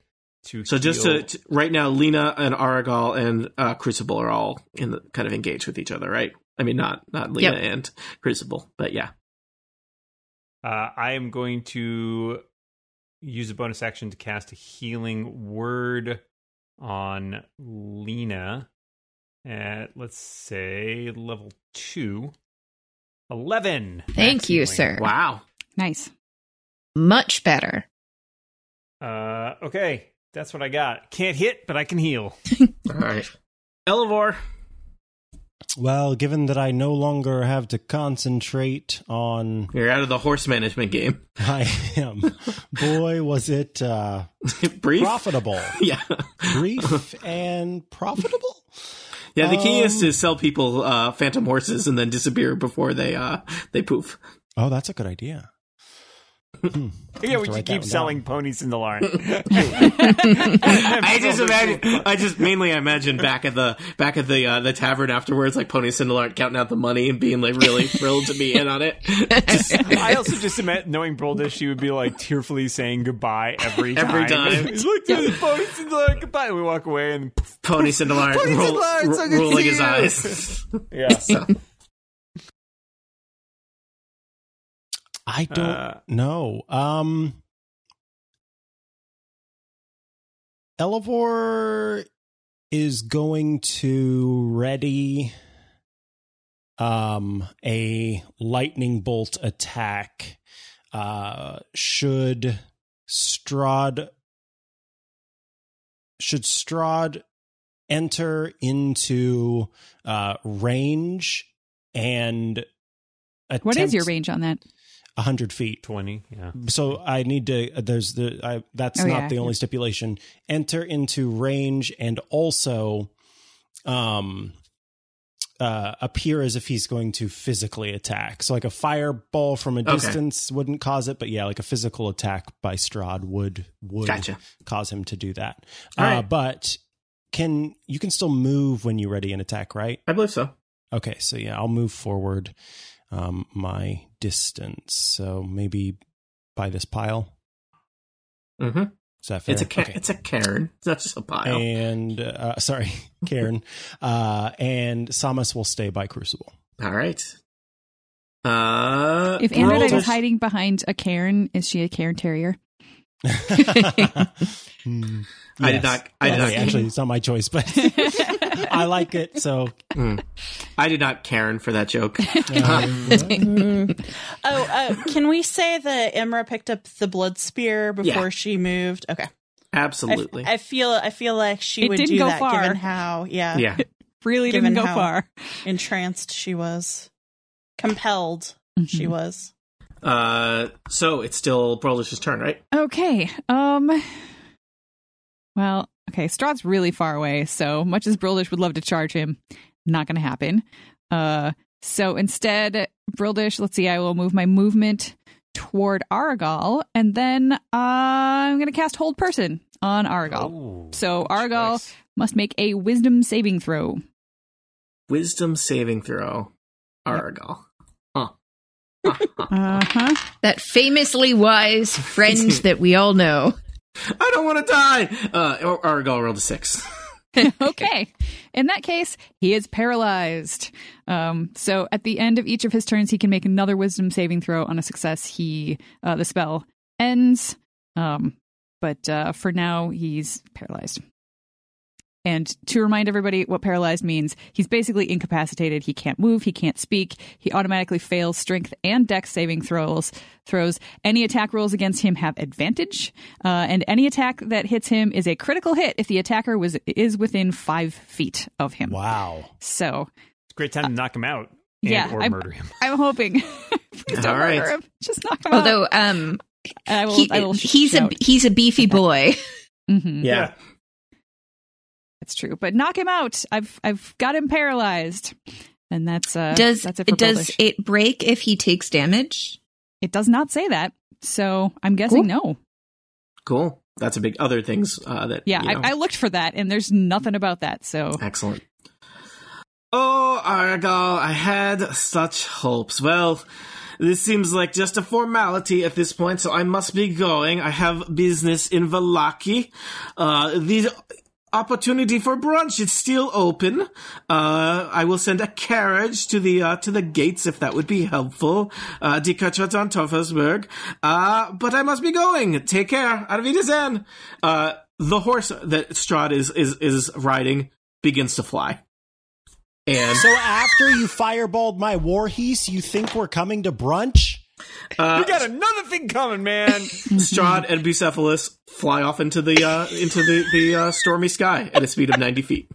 Speaker 3: to
Speaker 1: So just
Speaker 3: heal.
Speaker 1: to, to- right now, Lena and Aragal and uh, Crucible are all in the, kind of engaged with each other, right? I mean, not not Lena
Speaker 6: Yep.
Speaker 1: and Crucible, but yeah.
Speaker 3: Uh, I am going to use a bonus action to cast a healing word on Lena at, let's say, level two. 11.
Speaker 6: Thank
Speaker 3: max
Speaker 6: you,
Speaker 3: healing.
Speaker 6: sir.
Speaker 1: Wow.
Speaker 4: Nice.
Speaker 6: Much better.
Speaker 3: Uh, okay, that's what I got. Can't hit, but I can heal.
Speaker 1: All right. Elivor.
Speaker 5: Well, given that I no longer have to concentrate on
Speaker 1: You're out of the horse management game.
Speaker 5: I am, boy, was it uh,
Speaker 1: Brief.
Speaker 5: profitable,
Speaker 1: Yeah.
Speaker 5: brief and profitable.
Speaker 1: Yeah, the key is
Speaker 5: Um,
Speaker 1: to sell people uh, phantom horses and then disappear before they uh, they poof.
Speaker 5: Oh, that's a good idea. Hmm.
Speaker 3: Yeah, we
Speaker 5: we should
Speaker 3: should
Speaker 5: write that
Speaker 3: keep
Speaker 5: one
Speaker 3: selling
Speaker 5: down.
Speaker 3: ponies in the Larn.
Speaker 1: I just imagine. I just mainly I imagine back at the back at the uh, the tavern afterwards, like Pony Cinderella aren't counting out the money and being like really thrilled to be in on it. Just
Speaker 3: I also just imagine knowing Broldish, she would be like tearfully saying goodbye every time.
Speaker 1: Every time.
Speaker 3: He's like, "Dude, the ponies in the Larn, goodbye. And we walk away and poof,
Speaker 1: Pony Cinderella
Speaker 3: Pony
Speaker 1: roll,
Speaker 3: Cinderella, it's so
Speaker 1: ro-
Speaker 3: good to
Speaker 1: rolling
Speaker 3: see
Speaker 1: his
Speaker 3: you.
Speaker 1: eyes.
Speaker 3: yeah.
Speaker 1: So,
Speaker 5: I don't
Speaker 3: Uh,
Speaker 5: know. Um, Elevor is going to ready um a lightning bolt attack. Uh, should Strahd should Strahd enter into uh range and attempt
Speaker 4: What is your range on that?
Speaker 5: 100 feet
Speaker 3: 20, yeah.
Speaker 5: so I need to. uh, There's the. I, that's
Speaker 4: Oh,
Speaker 5: not
Speaker 4: yeah.
Speaker 5: the only stipulation. Enter into range and also, um, uh, appear as if he's going to physically attack. So like a fireball from a
Speaker 1: Okay.
Speaker 5: distance wouldn't cause it, but yeah, like a physical attack by Strahd would would
Speaker 1: gotcha.
Speaker 5: cause him to do that.
Speaker 1: All
Speaker 5: Uh,
Speaker 1: right.
Speaker 5: But can you can still move when you ready an attack, right?
Speaker 1: I believe so.
Speaker 5: Okay, so yeah, I'll move forward um my distance. So maybe by this pile.
Speaker 1: hmm
Speaker 5: Is that fair?
Speaker 1: It's a ca-
Speaker 5: Okay.
Speaker 1: it's a cairn. It's not just a pile.
Speaker 5: and uh, sorry, Karen. uh and Samus will stay by Crucible.
Speaker 1: All right. Uh,
Speaker 4: If
Speaker 1: roll
Speaker 4: Androdite
Speaker 1: to-
Speaker 4: is hiding behind a cairn, is she a cairn terrier?
Speaker 5: Hmm.
Speaker 1: I
Speaker 5: Yes.
Speaker 1: did not. I did
Speaker 5: Oh,
Speaker 1: not.
Speaker 5: wait, actually it's not my choice, but I like it, so
Speaker 1: I did not Karen for that joke.
Speaker 4: Mm-hmm.
Speaker 7: Oh, uh, can we say that Imra picked up the blood spear before
Speaker 1: Yeah.
Speaker 7: she moved? Okay, I f-
Speaker 1: Absolutely.
Speaker 7: I, feel I feel like she
Speaker 4: It
Speaker 7: would
Speaker 4: didn't
Speaker 7: do
Speaker 4: go
Speaker 7: that
Speaker 4: far.
Speaker 7: given how yeah,
Speaker 1: yeah.
Speaker 4: Really
Speaker 7: Given
Speaker 4: didn't go
Speaker 7: how-
Speaker 4: far.
Speaker 7: entranced she was, compelled
Speaker 4: Mm-hmm.
Speaker 7: she
Speaker 1: Mm-hmm.
Speaker 7: was.
Speaker 1: Uh, so it's still Brolish's turn, right?
Speaker 4: Okay. Um. Well, okay. Strahd's really far away, so much as Brildish would love to charge him, not going to happen. Uh. So instead, Brildish, let's see, I will move my movement toward Aragal, and then uh, I'm going to cast Hold Person on Aragal. so Aragal
Speaker 3: choice.
Speaker 4: must make a Wisdom saving throw.
Speaker 1: Wisdom saving throw. Aragal.
Speaker 4: Uh huh.
Speaker 6: That famously wise friend that we all know.
Speaker 1: I don't want to die. Uh, Ar- Aragal rolled a six.
Speaker 4: okay. In that case, he is paralyzed. Um, so at the end of each of his turns, he can make another Wisdom saving throw. On a success, he uh, the spell ends. Um, but uh, for now, he's paralyzed. And to remind everybody what paralyzed means, he's basically incapacitated. He can't move. He can't speak. He automatically fails strength and dex saving throws. Throws any attack rolls against him have advantage, uh, and any attack that hits him is a critical hit if the attacker was is within five feet of him.
Speaker 5: wow.
Speaker 4: So
Speaker 3: It's a great time to knock him out. And,
Speaker 4: Uh, yeah,
Speaker 3: or
Speaker 4: I'm-
Speaker 3: murder him.
Speaker 4: I'm hoping. Please don't
Speaker 1: All right.
Speaker 4: murder him. Just knock him out.
Speaker 6: Although, um,
Speaker 4: And I will.
Speaker 6: he,
Speaker 4: I will
Speaker 6: he's a
Speaker 4: shout.
Speaker 6: he's a beefy boy.
Speaker 4: Mhm.
Speaker 1: Yeah.
Speaker 4: That's true. But knock him out. I've I've got him paralyzed, and that's uh
Speaker 6: does
Speaker 4: that's it for
Speaker 6: does
Speaker 4: Bullish.
Speaker 6: it break if he takes damage?
Speaker 4: It does not say that, so I'm guessing
Speaker 6: Cool.
Speaker 4: no.
Speaker 1: Cool. That's a big other things uh, that.
Speaker 4: Yeah,
Speaker 1: you know.
Speaker 4: I, I looked for that, and there's nothing about that. So
Speaker 1: Excellent. Oh, Aragal, I had such hopes. Well, This seems like just a formality at this point, so I must be going. I have business in Valaki. Uh, the opportunity for brunch is still open. Uh, I will send a carriage to the uh, to the gates if that would be helpful. Uh, die Kirchhoff on Toffersberg. Uh, but I must be going. Take care. Arvidasen. Uh, the horse that Strahd is, is, is riding begins to fly. And
Speaker 5: So after you fireballed my warhees, you think we're coming to brunch?
Speaker 3: you got another thing coming, man.
Speaker 1: Strahd and Bucephalus fly off into the uh, into the the uh, stormy sky at a speed of ninety feet.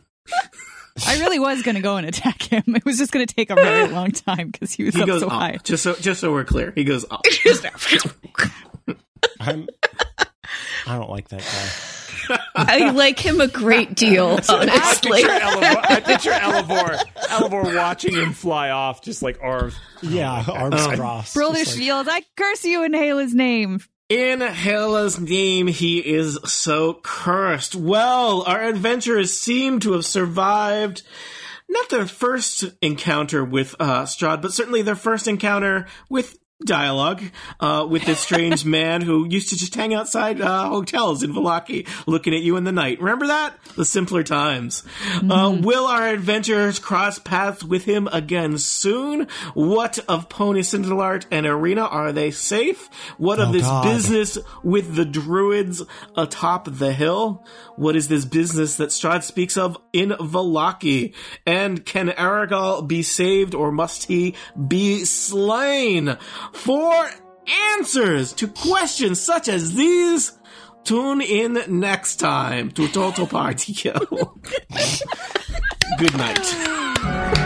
Speaker 4: I really was going to go and attack him. It was just going to take a very long time because he was
Speaker 1: He
Speaker 4: up
Speaker 1: goes
Speaker 4: so
Speaker 1: up.
Speaker 4: high.
Speaker 1: Just so just so we're clear, he goes up.
Speaker 5: I'm. I don't like that guy.
Speaker 6: I like him a great deal,
Speaker 3: I
Speaker 6: honestly.
Speaker 3: picture, Elevor, I picture Elevor, Elevor watching him fly off, just like arms.
Speaker 5: Yeah, arms crossed.
Speaker 4: Brolish
Speaker 5: Just like-
Speaker 4: yells, I curse you in Hela's name.
Speaker 1: In Hela's name, he is so cursed. Well, our adventurers seem to have survived not their first encounter with uh, Strahd, but certainly their first encounter with dialogue uh, with this strange man who used to just hang outside uh, hotels in Valaki looking at you in the night. Remember that? The simpler times. Uh,
Speaker 5: Mm-hmm.
Speaker 1: will our adventurers cross paths with him again soon? What of Pony Cindelart and Arena? Are they safe? What of
Speaker 5: Oh,
Speaker 1: this
Speaker 5: God.
Speaker 1: business with the druids atop the hill? What is this business that Strahd speaks of in Valaki? And can Aragal be saved or must he be slain? For answers to questions such as these, tune in next time to Total Party Kill. Good night.